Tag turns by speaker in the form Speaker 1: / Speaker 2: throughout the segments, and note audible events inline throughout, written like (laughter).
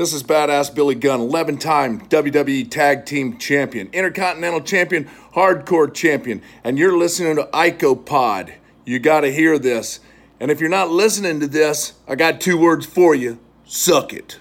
Speaker 1: This is badass Billy Gunn, 11 time WWE E Tag Team Champion, Intercontinental Champion, Hardcore Champion, and you're listening to Ico Pod. You got to hear this. And if you're not listening to this, I got two words for you suck it.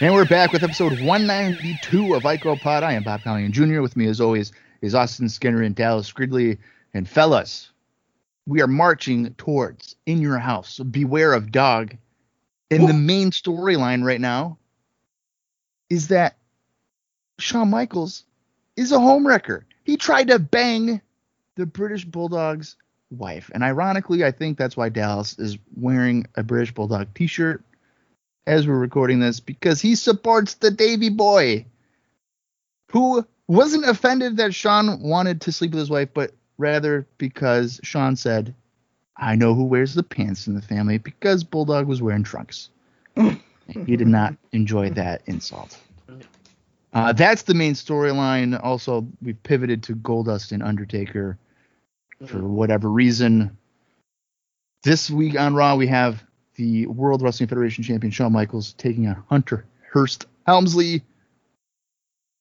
Speaker 2: And we're back with episode 192 of Ico Pod. I am Bob Colligan Jr. With me, as always, is Austin Skinner and Dallas Gridley. And fellas, we are marching towards In Your House. Beware of Dog. And the main storyline right now is that Shawn Michaels is a homewrecker. He tried to bang the British Bulldog's wife. And ironically, I think that's why Dallas is wearing a British Bulldog t shirt as we're recording this because he supports the Davy Boy, who wasn't offended that Sean wanted to sleep with his wife, but rather because Sean said, I know who wears the pants in the family because Bulldog was wearing trunks. he did not enjoy that insult. Uh, that's the main storyline. Also, we pivoted to Goldust and Undertaker for whatever reason. This week on Raw, we have the World Wrestling Federation champion Shawn Michaels taking on Hunter Hurst Helmsley.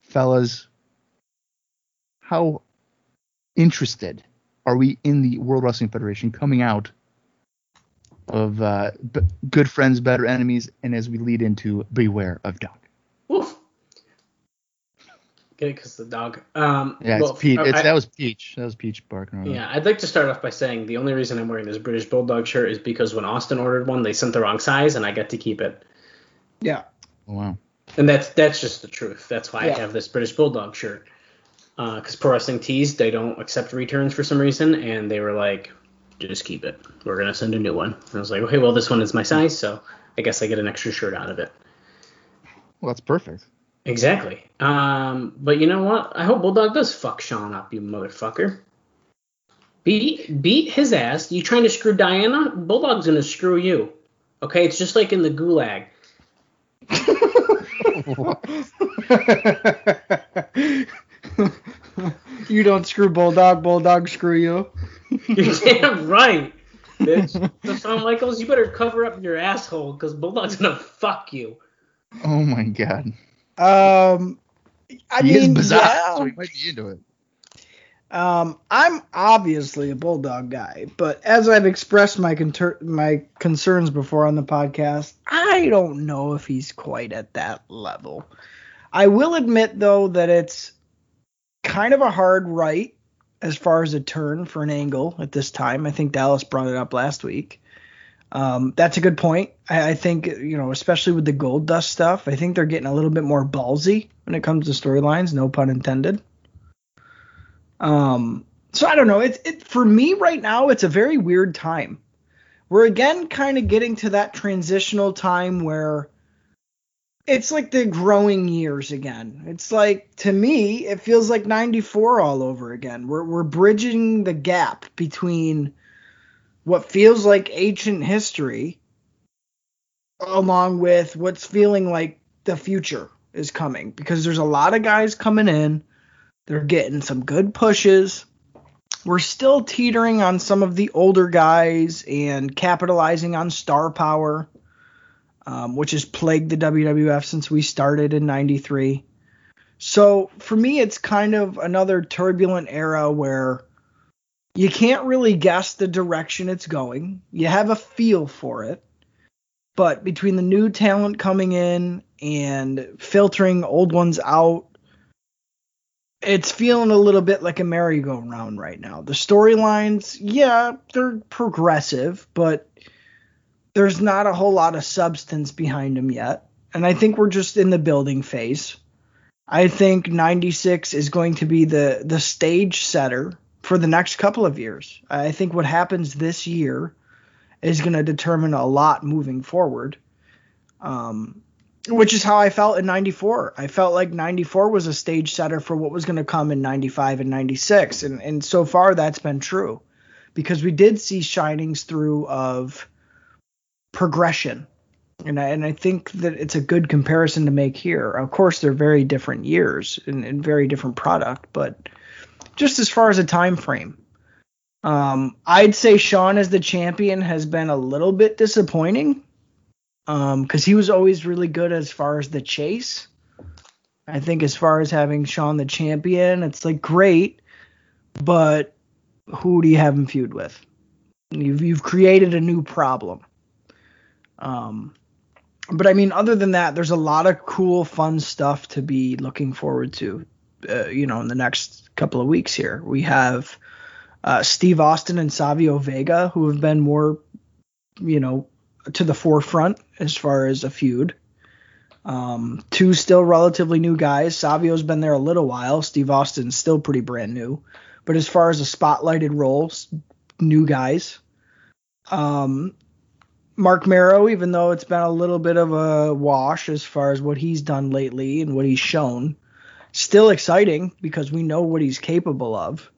Speaker 2: Fellas, how interested are we in the World Wrestling Federation coming out of uh, b- good friends, better enemies, and as we lead into Beware of Dog?
Speaker 3: Woof. Get it because the dog. Um,
Speaker 2: Yeah,
Speaker 3: well,
Speaker 2: it's Peach.
Speaker 3: I-
Speaker 2: It's,
Speaker 3: I-
Speaker 2: that was Peach. That was Peach barking. around.
Speaker 3: yeah, I'd like to start off by saying the only reason I'm wearing this British Bulldog shirt is because when Austin ordered one, they sent the wrong size, and I got to keep it.
Speaker 4: Yeah.
Speaker 2: Oh, wow.
Speaker 3: And that's that's just the truth. That's why
Speaker 4: Yeah.
Speaker 3: I have this British Bulldog shirt. Because pro wrestling tees, they don't accept returns for some reason, and they were like, "Just keep it. We're gonna send a new one." And I was like, "Okay, well this one is my size, so I guess I get an extra shirt out of it."
Speaker 2: Well, that's
Speaker 3: (laughs)
Speaker 2: perfect. (laughs)
Speaker 3: Exactly. Um, but you know what? I hope Bulldog does fuck Sean up, you motherfucker. Beat beat his ass. You trying to screw Diana? Bulldog's gonna screw you. Okay, it's just like in the gulag.
Speaker 2: Oh
Speaker 4: you don't screw Bulldog, Bulldog screw you. (laughs)
Speaker 3: You're damn right, bitch. So Shawn Michaels, you better cover up your asshole because Bulldog's gonna fuck you.
Speaker 2: Oh, my God.
Speaker 4: Um, I
Speaker 2: he is
Speaker 4: mean,
Speaker 2: bizarre. So
Speaker 4: yeah.
Speaker 2: he might be into it.
Speaker 4: Um, I'm obviously a bulldog guy, but as I've expressed my conter- my concerns before on the podcast, I don't know if he's quite at that level. I will admit though that it's kind of a hard right as far as a turn for an angle at this time. I think Dallas brought it up last week. Um, that's a good point. I, I think you know, especially with the gold dust stuff, I think they're getting a little bit more ballsy when it comes to storylines. No pun intended. Um, so I don't know. It's it for me right now. It's a very weird time. We're again kind of getting to that transitional time where it's like the growing years again. It's like to me, it feels like '94 all over again. We're we're bridging the gap between what feels like ancient history, along with what's feeling like the future is coming because there's a lot of guys coming in. They're getting some good pushes. We're still teetering on some of the older guys and capitalizing on star power, um, which has plagued the WWF since we started in 93. So for me, it's kind of another turbulent era where you can't really guess the direction it's going. You have a feel for it. But between the new talent coming in and filtering old ones out, it's feeling a little bit like a merry-go-round right now. The storylines, yeah, they're progressive, but there's not a whole lot of substance behind them yet. And I think we're just in the building phase. I think 96 is going to be the the stage setter for the next couple of years. I think what happens this year is going to determine a lot moving forward. Um, which is how I felt in 94. I felt like 94 was a stage setter for what was going to come in 95 and 96. And, and so far, that's been true because we did see shinings through of progression. And I, and I think that it's a good comparison to make here. Of course, they're very different years and, and very different product, but just as far as a time frame, um, I'd say Sean as the champion has been a little bit disappointing um because he was always really good as far as the chase i think as far as having sean the champion it's like great but who do you have him feud with you've, you've created a new problem um but i mean other than that there's a lot of cool fun stuff to be looking forward to uh, you know in the next couple of weeks here we have uh, steve austin and savio vega who have been more you know to the forefront as far as a feud. Um, two still relatively new guys. Savio's been there a little while. Steve Austin's still pretty brand new. But as far as a spotlighted role, new guys. Um, Mark Marrow, even though it's been a little bit of a wash as far as what he's done lately and what he's shown, still exciting because we know what he's capable of.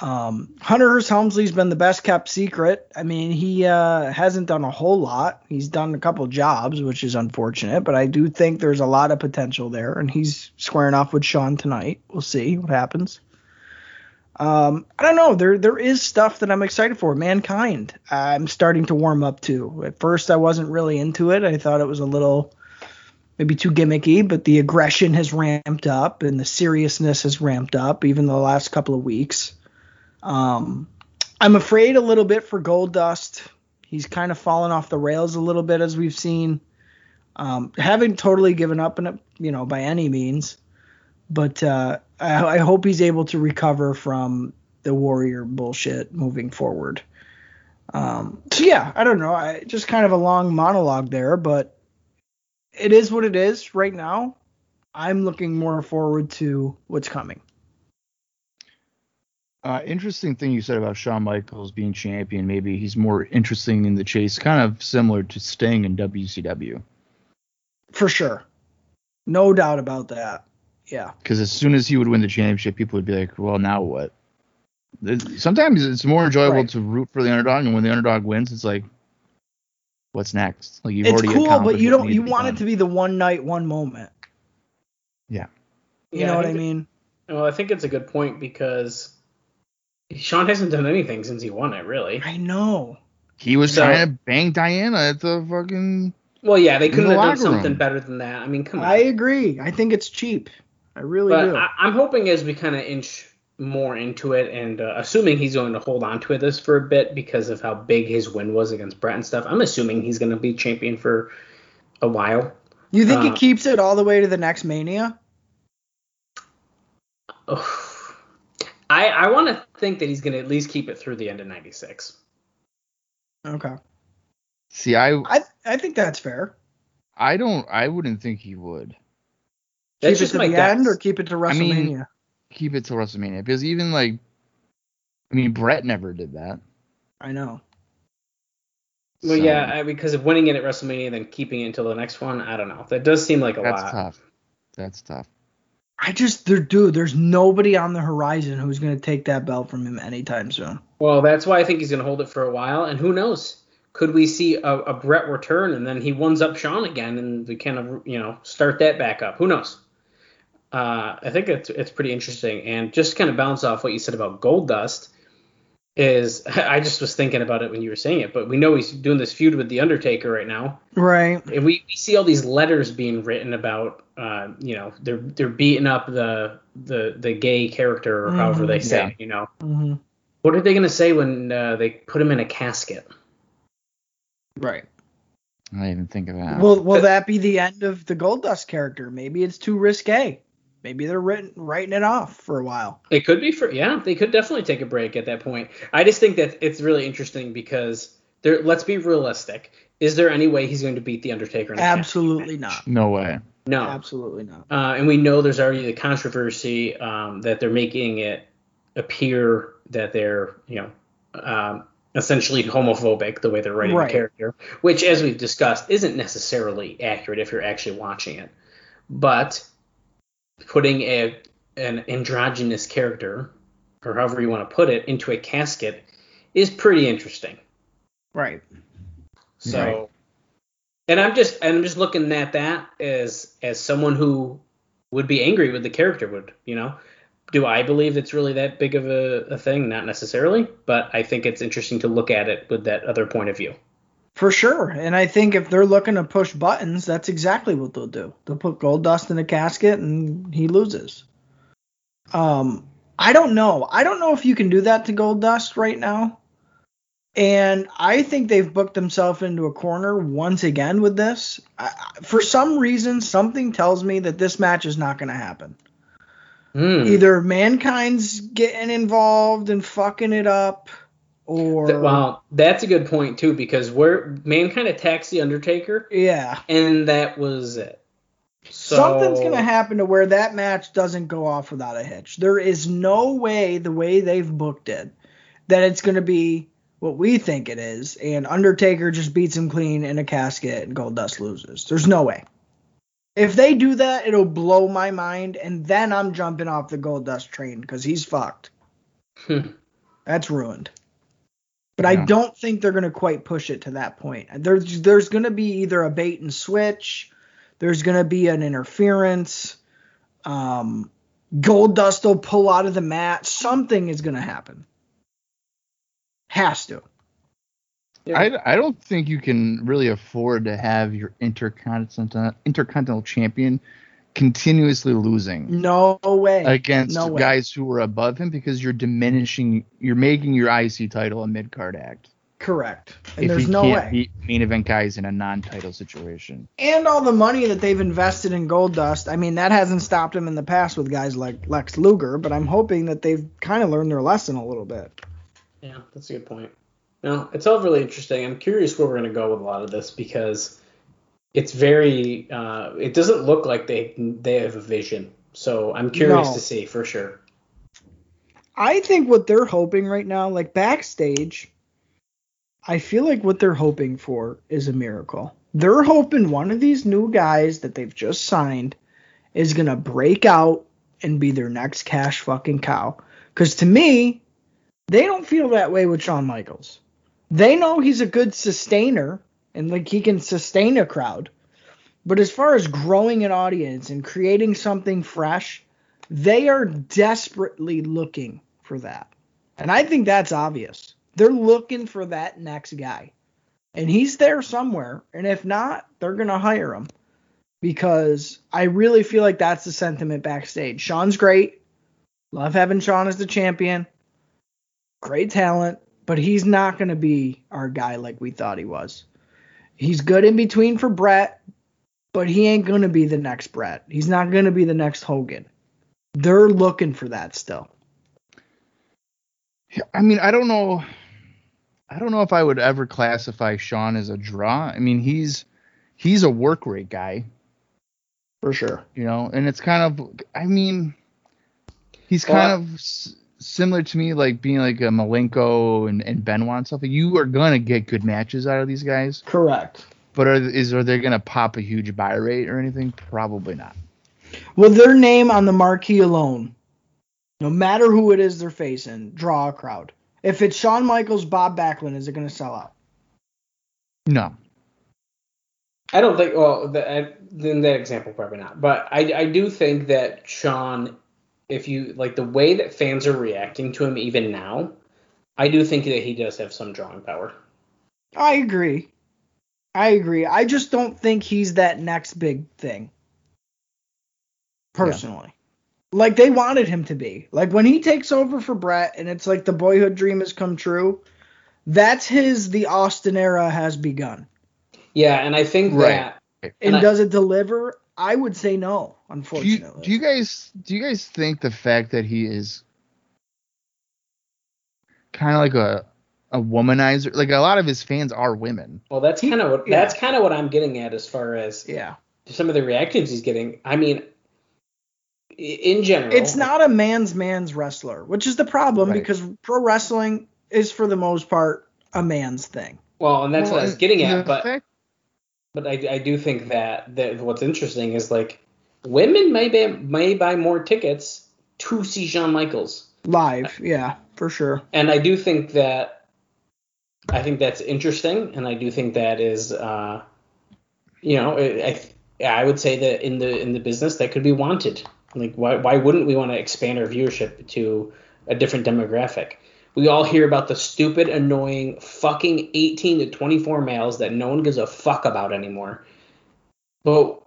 Speaker 4: Um, Hunter Hearst Helmsley's been the best kept secret. I mean, he uh, hasn't done a whole lot. He's done a couple jobs, which is unfortunate, but I do think there's a lot of potential there, and he's squaring off with Sean tonight. We'll see what happens. Um, I don't know. There there is stuff that I'm excited for. Mankind, I'm starting to warm up to. At first, I wasn't really into it. I thought it was a little maybe too gimmicky, but the aggression has ramped up and the seriousness has ramped up, even the last couple of weeks. Um, I'm afraid a little bit for Gold Dust. He's kind of fallen off the rails a little bit as we've seen. Um, haven't totally given up in it, you know, by any means, but uh, I, I hope he's able to recover from the Warrior bullshit moving forward. Um, so yeah, I don't know. I just kind of a long monologue there, but it is what it is right now. I'm looking more forward to what's coming.
Speaker 2: Uh, interesting thing you said about Shawn Michaels being champion. Maybe he's more interesting in the chase, kind of similar to Sting in WCW.
Speaker 4: For sure. No doubt about that. Yeah.
Speaker 2: Because as soon as he would win the championship, people would be like, well, now what? Sometimes it's more enjoyable right. to root for the underdog, and when the underdog wins, it's like, what's next? Like
Speaker 4: you've it's already cool, but you don't. You want done. it to be the one night, one moment.
Speaker 2: Yeah.
Speaker 4: You yeah, know I what I mean?
Speaker 3: It, well, I think it's a good point because Sean hasn't done anything since he won it, really.
Speaker 4: I know.
Speaker 2: He was so, trying to bang Diana at the fucking.
Speaker 3: Well, yeah, they could have the done something room. better than that. I mean, come on. I
Speaker 4: agree. I think it's cheap. I really but do.
Speaker 3: I, am hoping as we kind of inch more into it, and uh, assuming he's going to hold on to this for a bit because of how big his win was against Brett and stuff, I'm assuming he's going to be champion for a while.
Speaker 4: You think uh, he keeps it all the way to the next Mania?
Speaker 3: Oh. I, I want to think that he's going to at least keep it through the end of '96.
Speaker 4: Okay.
Speaker 2: See, I,
Speaker 4: I I think that's fair.
Speaker 2: I don't. I wouldn't think he would.
Speaker 4: That's keep it to the guess. end or keep it to WrestleMania. I mean,
Speaker 2: keep it to WrestleMania because even like, I mean, Brett never did that.
Speaker 4: I know.
Speaker 3: Well, so, yeah, I, because of winning it at WrestleMania, then keeping it until the next one. I don't know. That does seem like a
Speaker 2: that's
Speaker 3: lot.
Speaker 2: That's tough. That's tough.
Speaker 4: I just, there, dude, there's nobody on the horizon who's going to take that belt from him anytime soon.
Speaker 3: Well, that's why I think he's going to hold it for a while, and who knows? Could we see a, a Brett return, and then he ones up Sean again, and we kind of, you know, start that back up? Who knows? Uh, I think it's it's pretty interesting, and just kind of bounce off what you said about Gold Dust is (laughs) I just was thinking about it when you were saying it, but we know he's doing this feud with the Undertaker right now.
Speaker 4: Right.
Speaker 3: And we, we see all these letters being written about uh, you know, they're they're beating up the the the gay character or mm-hmm. however they say, yeah. it, you know. Mm-hmm. What are they gonna say when uh, they put him in a casket?
Speaker 4: Right.
Speaker 2: I didn't even think of that.
Speaker 4: Will will that be the end of the Gold Dust character? Maybe it's too risque maybe they're written, writing it off for a while.
Speaker 3: It could be for yeah, they could definitely take a break at that point. I just think that it's really interesting because there. Let's be realistic. Is there any way he's going to beat the Undertaker? The
Speaker 4: Absolutely not.
Speaker 2: No way.
Speaker 3: No.
Speaker 4: Absolutely not.
Speaker 3: Uh, and we know there's already the controversy um, that they're making it appear that they're you know um, essentially homophobic the way they're writing
Speaker 4: Right.
Speaker 3: the character, which, as we've discussed, isn't necessarily accurate if you're actually watching it. But putting a an androgynous character, or however you want to put it, into a casket is pretty interesting.
Speaker 4: Right.
Speaker 3: So,
Speaker 2: Right.
Speaker 3: and I'm just and I'm just looking at that as as someone who would be angry with the character would you know. Do I believe it's really that big of a, a thing? Not necessarily, but I think it's interesting to look at it with that other point of view.
Speaker 4: For sure. And I think if they're looking to push buttons, that's exactly what they'll do. They'll put gold dust in a casket and he loses. Um I don't know. I don't know if you can do that to gold dust right now. And I think they've booked themselves into a corner once again with this. I, I- for some reason, something tells me that this match is not going to happen.
Speaker 3: Hmm.
Speaker 4: Either mankind's getting involved and fucking it up, or
Speaker 3: Th- well, that's a good point too because we're mankind attacks the Undertaker,
Speaker 4: yeah.
Speaker 3: and that was it. So,
Speaker 4: Something's going to happen to where that match doesn't go off without a hitch. There is no way, the way they've booked it, that it's going to be what we think it is, and Undertaker just beats him clean in a casket and Gold Dust loses. There's no way. If they do that, it'll blow my mind, and then I'm jumping off the Gold Dust train because he's fucked.
Speaker 3: Hmm.
Speaker 4: That's ruined. But I
Speaker 2: Yeah.
Speaker 4: don't think they're going to quite push it to that point. There's there's going to be either a bait and switch there's going to be an interference. Um, Gold Dust will pull out of the mat. Something is going to happen. Has to.
Speaker 3: Yeah.
Speaker 2: I, I don't think you can really afford to have your intercontinental intercontinental champion continuously losing
Speaker 4: No way.
Speaker 2: against
Speaker 4: no way.
Speaker 2: guys who are above him because you're diminishing you're making your IC title a mid card act.
Speaker 4: Correct. And
Speaker 2: if
Speaker 4: there's
Speaker 2: he
Speaker 4: no
Speaker 2: can't
Speaker 4: way.
Speaker 2: beat main event guys in a non title situation.
Speaker 4: and all the money that they've invested in Gold Dust. I mean, that hasn't stopped him in the past with guys like Lex Luger. But I'm hoping that they've kind of learned their lesson a little bit.
Speaker 3: Yeah, that's a good point. No, it's all really interesting. I'm curious where we're going to go with a lot of this because it's very. Uh, it doesn't look like they they have a vision. So I'm curious
Speaker 4: No.
Speaker 3: to see for sure.
Speaker 4: I think what they're hoping right now, like backstage, I feel like what they're hoping for is a miracle. They're hoping one of these new guys that they've just signed is going to break out and be their next cash fucking cow. Because to me, they don't feel that way with Shawn Michaels. They know he's a good sustainer and like he can sustain a crowd. But as far as growing an audience and creating something fresh, they are desperately looking for that. And I think that's obvious. They're looking for that next guy. And he's there somewhere. And if not, they're going to hire him because I really feel like that's the sentiment backstage. Sean's great. Love having Sean as the champion. Great talent, but he's not going to be our guy like we thought he was. He's good in between for Brett, but he ain't going to be the next Brett. He's not going to be the next Hogan they're looking for that still.
Speaker 2: I mean, I don't know. I don't know if I would ever classify Sean as a draw. I mean, he's he's a work rate guy,
Speaker 4: For sure.
Speaker 2: you know, and it's kind of. I mean, he's kind
Speaker 3: Well,
Speaker 2: of s- similar to me, like being like a Malenko and and Benoit and stuff. You are gonna get good matches out of these guys,
Speaker 4: Correct.
Speaker 2: but are is are they gonna pop a huge buy rate or anything? Probably not.
Speaker 4: Well, their name on the marquee alone, no matter who it is they're facing, draw a crowd. If it's Shawn Michaels, Bob Backlund, is it going to sell out?
Speaker 2: No.
Speaker 3: I don't think. Well, that, in that example, probably not. But I, I do think that Sean, if you like the way that fans are reacting to him even now, I do think that he does have some drawing power.
Speaker 4: I agree. I agree. I just don't think he's that next big thing. Personally. Like they wanted him to be. Like when he takes over for Brett and it's like the boyhood dream has come true, that's his the Austin era has begun.
Speaker 3: Yeah, and I think
Speaker 2: Right.
Speaker 3: that
Speaker 4: And,
Speaker 3: And I-
Speaker 4: does it deliver? I would say no,
Speaker 2: Do you,
Speaker 4: unfortunately.
Speaker 2: do you guys do you guys think the fact that he is kind of like a a womanizer like a lot of his fans are women
Speaker 3: Well, that's
Speaker 4: He-
Speaker 3: kind of what
Speaker 4: yeah.
Speaker 3: that's kind of what I'm getting at as far as
Speaker 4: yeah.
Speaker 3: some of the reactions he's getting. I mean, i- in general,
Speaker 4: It's not a man's man's wrestler, which is the problem
Speaker 2: Right.
Speaker 4: because pro wrestling is for the most part a man's thing.
Speaker 3: Well, and that's what I was getting at,
Speaker 2: The
Speaker 3: but
Speaker 2: fact-
Speaker 3: but I, I do think that, that what's interesting is like women may buy, may buy more tickets to see Shawn Michaels,
Speaker 4: Live, yeah, for sure.
Speaker 3: and I do think that I think that's interesting, and I do think that is uh, you know I I I would say that in the in the business that could be wanted. Like why why wouldn't we want to expand our viewership to a different demographic? We all hear about the stupid, annoying, fucking 18 to 24 males that no one gives a fuck about anymore. But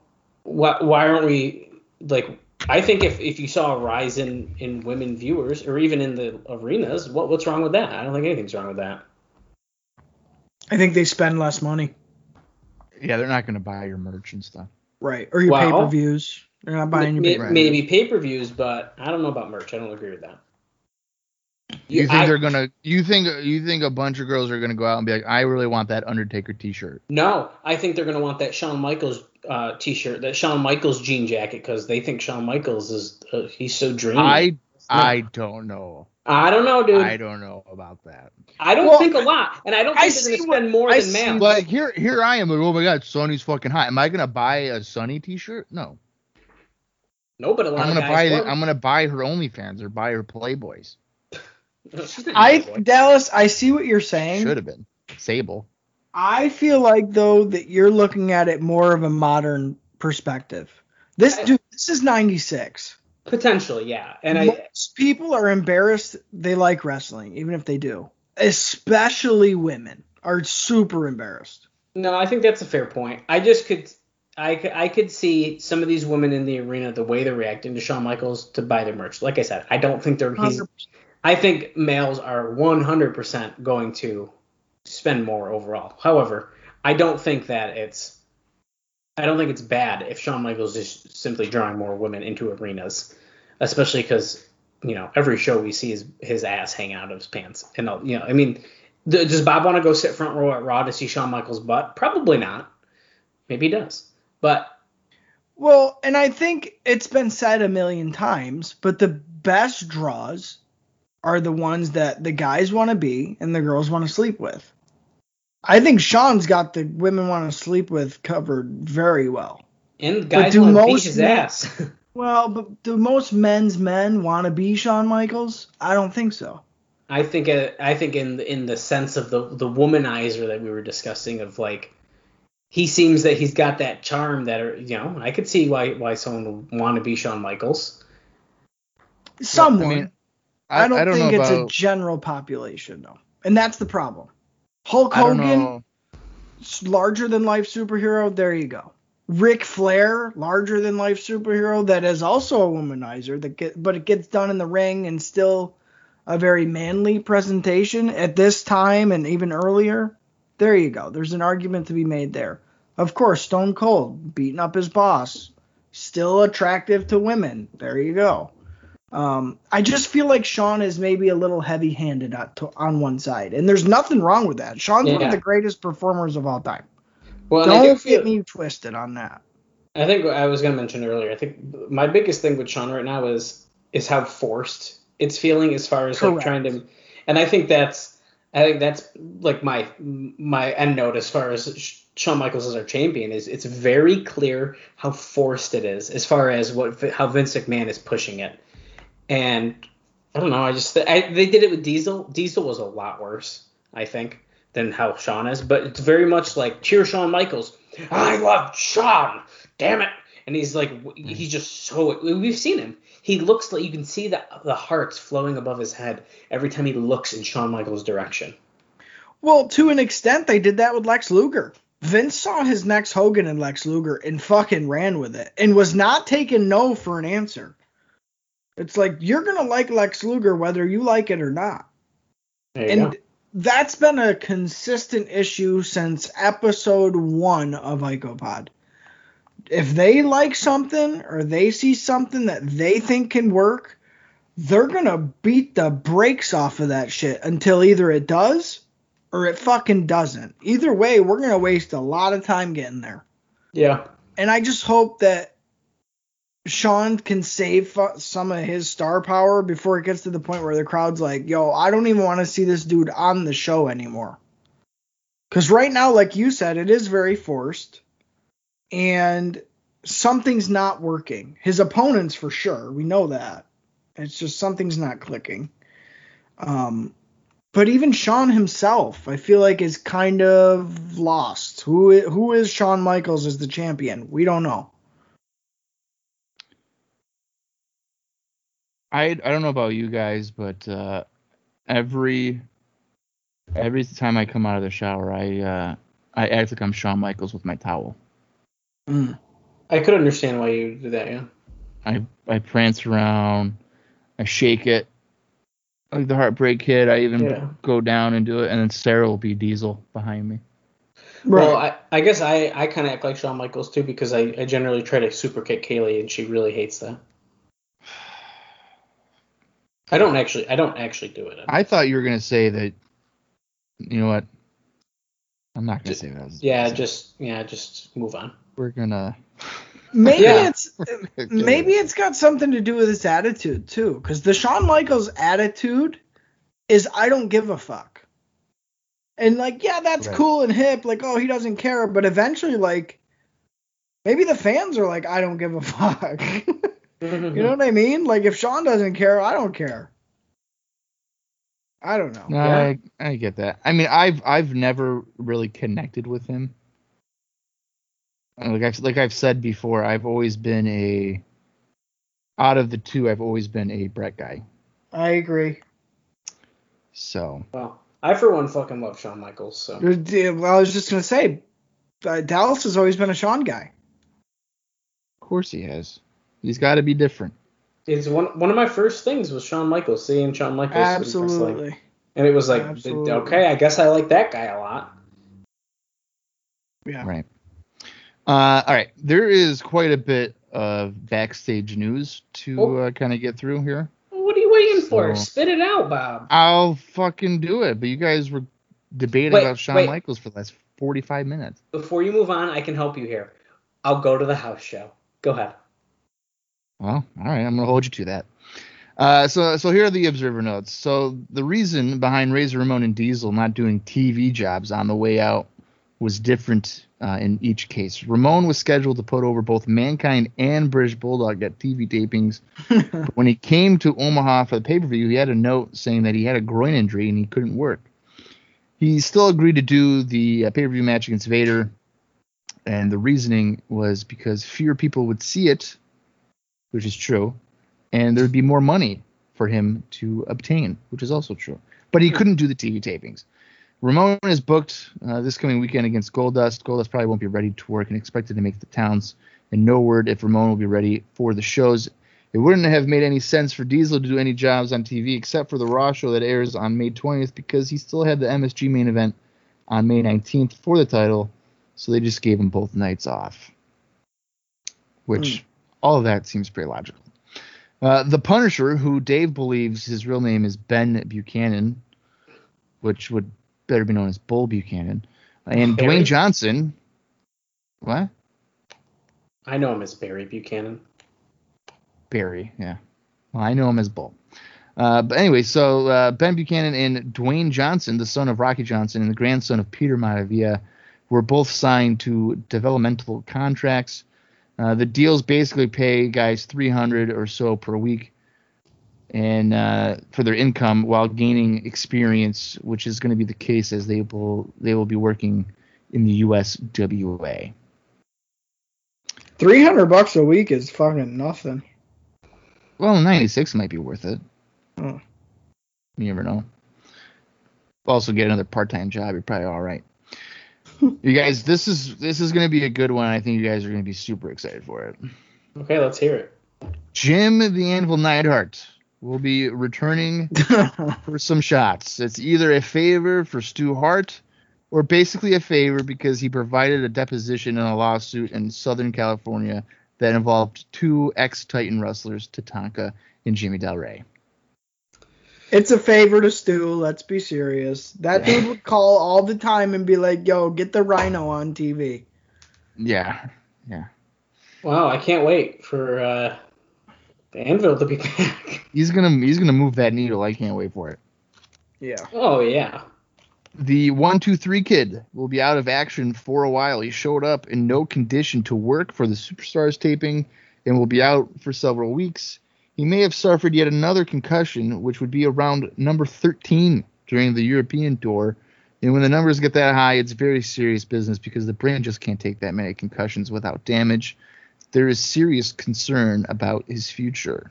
Speaker 3: why, why aren't we like? I think if, if you saw a rise in, in women viewers or even in the arenas, what what's wrong with that? I don't think anything's wrong with that.
Speaker 4: I think they spend less money,
Speaker 2: yeah, they're not going to buy your merch and stuff.
Speaker 4: right? Or your
Speaker 3: Wow.
Speaker 4: pay per views. They're not buying your
Speaker 3: May-
Speaker 4: pay
Speaker 2: big
Speaker 3: may-
Speaker 2: brand.
Speaker 3: maybe pay per views, but I don't know about merch. I don't agree with that.
Speaker 2: You
Speaker 3: Yeah,
Speaker 2: think
Speaker 3: I-
Speaker 2: they're gonna? You think you think a bunch of girls are gonna go out and be like, I really want that Undertaker T-shirt?
Speaker 3: No, I think they're going to want that Shawn Michaels uh, T-shirt, that Shawn Michaels jean jacket, because they think Shawn Michaels is uh, he's so dreamy.
Speaker 2: I I don't know.
Speaker 3: I don't know, dude.
Speaker 2: I
Speaker 3: I,
Speaker 2: don't know about that.
Speaker 3: don't
Speaker 4: Well,
Speaker 3: think a lot, and I don't
Speaker 4: I
Speaker 3: think they're going
Speaker 4: see
Speaker 3: to
Speaker 4: what-
Speaker 3: spend more
Speaker 4: I
Speaker 3: than
Speaker 4: see
Speaker 3: Matt.
Speaker 2: But here here I am like, oh my god, Sony's fucking hot. Am I gonna buy a Sony T-shirt? No.
Speaker 3: no, but a lot
Speaker 2: I'm
Speaker 3: of
Speaker 2: gonna buy
Speaker 3: guys.
Speaker 2: the,
Speaker 3: will.
Speaker 2: I'm gonna buy her OnlyFans or buy her Playboys.
Speaker 3: (laughs) She's not
Speaker 4: I
Speaker 3: gonna do it.
Speaker 4: Dallas, I see what you're saying.
Speaker 2: Should have been Sable.
Speaker 4: I feel like though that you're looking at it more of a modern perspective. This
Speaker 3: I-
Speaker 4: dude, this is '96.
Speaker 3: potentially, yeah, and I
Speaker 4: Most people are embarrassed they like wrestling, even if they do. Especially women are super embarrassed.
Speaker 3: No, I think that's a fair point. I just could, I could, I could see some of these women in the arena the way they're reacting to Shawn Michaels to buy their merch. Like I said, I don't think they're. He's,
Speaker 4: 100%.
Speaker 3: I think males are 100% going to spend more overall. However, I don't think that it's. I don't think it's bad if Shawn Michaels is simply drawing more women into arenas, especially because you know every show we see is his ass hanging out of his pants, and uh, you know I mean Th- Does Bob want to go sit front row at Raw to see Shawn Michaels' butt? Probably not. Maybe he does. But
Speaker 4: Well, and I think it's been said a million times, but the best draws are the ones that the guys want to be and the girls want to sleep with. I think Sean's got the women want to sleep with covered very well.
Speaker 3: and guys
Speaker 4: do
Speaker 3: want to beat
Speaker 4: most
Speaker 3: his
Speaker 4: men-
Speaker 3: ass. (laughs)
Speaker 4: Well, but do most men's men want to be Shawn Michaels? I don't think so.
Speaker 3: I think uh, I think in in the sense of the the womanizer that we were discussing of like he seems that he's got that charm that are you know I could see why why someone would want to be Shawn Michaels.
Speaker 4: Someone.
Speaker 2: I
Speaker 4: I,
Speaker 2: mean,
Speaker 4: don't,
Speaker 2: know
Speaker 4: think it's a
Speaker 2: about-
Speaker 4: general population, though. And that's the problem. Hulk
Speaker 2: I don't
Speaker 4: Hogan,
Speaker 2: know.
Speaker 4: s- larger than life superhero, there you go. Ric Flair, larger than life superhero, that is also a womanizer, that get, but it gets done in the ring and still a very manly presentation at this time and even earlier. There you go. There's an argument to be made there. Of course, Stone Cold beating up his boss, still attractive to women. There you go. Um, I just feel like Sean is maybe a little heavy-handed at- to- on one side, and there's nothing wrong with that. Sean's one
Speaker 3: Yeah.
Speaker 4: of the greatest performers of all time.
Speaker 3: Well, and I do
Speaker 4: Don't
Speaker 3: feel-
Speaker 4: get me twisted on that.
Speaker 3: I think I was gonna mention earlier. I think my biggest thing with Sean right now is is how forced it's feeling as far as like
Speaker 4: Correct.
Speaker 3: trying to, and I think that's I think that's like my my end note as far as Sh- Shawn Michaels is our champion is it's very clear how forced it is as far as what how Vince McMahon is pushing it, and I don't know. I just I, they did it with Diesel. Diesel was a lot worse, I think, than how Sean is. But it's very much like cheer Shawn Michaels. I love Sean. Damn it. And he's like w- he's just so we've seen him. He looks like you can see the the hearts flowing above his head every time he looks in Shawn Michaels' direction.
Speaker 4: Well, to an extent, they did that with Lex Luger. Vince saw his next Hogan and Lex Luger and fucking ran with it and was not taking no for an answer. It's like you're gonna like Lex Luger whether you like it or not.
Speaker 3: There you
Speaker 4: And
Speaker 3: go.
Speaker 4: that's been a consistent issue since episode one of IcoPod. If they like something or they see something that they think can work, they're going to beat the brakes off of that shit until either it does or it fucking doesn't. Either way, we're going to waste a lot of time getting there
Speaker 3: Yeah.
Speaker 4: and I just hope that Sean can save fu- some of his star power before it gets to the point where the crowd's like, "Yo, I don't even want to see this dude on the show anymore." Because right now, like you said, it is very forced, and something's not working. His opponents, for sure, we know that. It's just something's not clicking. Um, but even Sean himself, I feel like, is kind of lost. Who i- who is Shawn Michaels as the champion? We don't know.
Speaker 2: I I don't know about you guys, but uh, every every time I come out of the shower, I uh, I act like I'm Shawn Michaels with my towel.
Speaker 4: Mm.
Speaker 3: I could understand why you do that. Yeah.
Speaker 2: I I prance around, I shake it, like the Heartbreak Kid. I even
Speaker 3: Yeah.
Speaker 2: go down and do it, and then Sarah will be Diesel behind me.
Speaker 3: Well, I, I guess I, I kind of act like Shawn Michaels too because I, I generally try to super kick Kaylee and she really hates (sighs) that. I don't actually I don't actually do it.
Speaker 2: I thought you were gonna say that. You know what? I'm not gonna say that. I was-
Speaker 3: yeah, just yeah, just move (laughs) on.
Speaker 2: we're gonna. (laughs)
Speaker 4: maybe
Speaker 3: Yeah.
Speaker 4: it's maybe it's got something to do with his attitude too, because the Shawn Michaels attitude is I don't give a fuck. And like, yeah, that's
Speaker 2: Right.
Speaker 4: cool and hip, like, oh, he doesn't care, but eventually, like, maybe the fans are like, I don't give a (laughs) fuck.
Speaker 3: Mm-hmm.
Speaker 4: you know what I mean? Like, if Sean doesn't care, I don't care. I don't know.
Speaker 2: No, I, I get that. I mean, I've I've never really connected with him. Uh, Like I've like I've said before, I've always been a. Out of the two, I've always been a Brett guy.
Speaker 4: I agree.
Speaker 2: So
Speaker 3: Well, I for one fucking love Shawn Michaels, so
Speaker 4: Uh, d- Well, I was just gonna say, uh, Dallas has always been a Sean guy.
Speaker 2: of course he has. He's got to be different.
Speaker 3: it's one one of my first things was Shawn Michaels, seeing Shawn Michaels in wrestling.
Speaker 4: Absolutely.
Speaker 3: and it was like
Speaker 4: Absolutely.
Speaker 3: okay, I guess I like that guy a lot.
Speaker 4: Yeah.
Speaker 2: Right. Uh, all right. There is quite a bit of backstage news to
Speaker 3: Oh.
Speaker 2: uh, kind of get through here.
Speaker 3: What are you waiting for?
Speaker 2: So-
Speaker 3: Spit it out, Bob.
Speaker 2: I'll fucking do it. But you guys were debating
Speaker 3: Wait,
Speaker 2: about Shawn
Speaker 3: wait.
Speaker 2: Michaels for the last 45 minutes.
Speaker 3: Before you move on, I can help you here. I'll go to the house show. Go ahead.
Speaker 2: Well, all right, I'm gonna hold you to that. Uh, so, so here are the observer notes. So the reason behind Razor Ramon and Diesel not doing TV jobs on the way out was different uh, in each case. Ramon was scheduled to put over both Mankind and British Bulldog at TV tapings. But when he came to Omaha for the pay-per-view, he had a note saying that he had a groin injury and he couldn't work. He still agreed to do the uh, pay-per-view match against Vader, and the reasoning was because fewer people would see it which is true, and there'd be more money for him to obtain, which is also true. But he couldn't do the TV tapings. Ramon is booked uh, this coming weekend against Goldust. Goldust probably won't be ready to work and expected to make the towns. And no word if Ramon will be ready for the shows. It wouldn't have made any sense for Diesel to do any jobs on TV except for the Raw show that airs on May 20th because he still had the MSG main event on May 19th for the title. So they just gave him both nights off. Which all of that seems pretty logical. Uh, the Punisher, who Dave believes his real name is Ben Buchanan, which would better be known as Bull Buchanan, and
Speaker 3: Harry?
Speaker 2: Dwayne Johnson. What?
Speaker 3: I know him as Barry Buchanan.
Speaker 2: Barry, yeah. Well, I know him as Bull. Uh, but anyway, so uh, Ben Buchanan and Dwayne Johnson, the son of Rocky Johnson and the grandson of Peter Maivia, were both signed to developmental contracts. Uh, the deals basically pay guys 300 or so per week, and uh, for their income while gaining experience, which is going to be the case as they will they will be working in the USWA.
Speaker 4: Three hundred bucks a week is fucking nothing.
Speaker 2: Well, 96 might be worth it.
Speaker 4: Hmm.
Speaker 2: You never know. Also, get another part-time job. You're probably all right. you guys, this is this is going to be a good one. I think you guys are going to be super excited for it.
Speaker 3: Okay, let's hear it.
Speaker 2: Jim the Anvil Neidhart will be returning for some shots. It's either a favor for Stu Hart or basically a favor because he provided a deposition in a lawsuit in Southern California that involved two ex-Titan wrestlers, Tatanka and Jimmy Del Rey.
Speaker 4: it's a favor to Stu. Let's be serious. That dude would call all the time and be like, "Yo, get the Rhino on TV."
Speaker 2: Yeah.
Speaker 3: Wow, I can't wait for uh, the anvil to be (laughs) back.
Speaker 2: He's gonna he's gonna move that needle. I can't wait for it.
Speaker 4: Yeah.
Speaker 3: Oh yeah.
Speaker 2: The one two three kid will be out of action for a while. He showed up in no condition to work for the superstars taping and will be out for several weeks. He may have suffered yet another concussion, which would be around number 13 during the European tour. And when the numbers get that high, it's very serious business because the brain just can't take that many concussions without damage. There is serious concern about his future.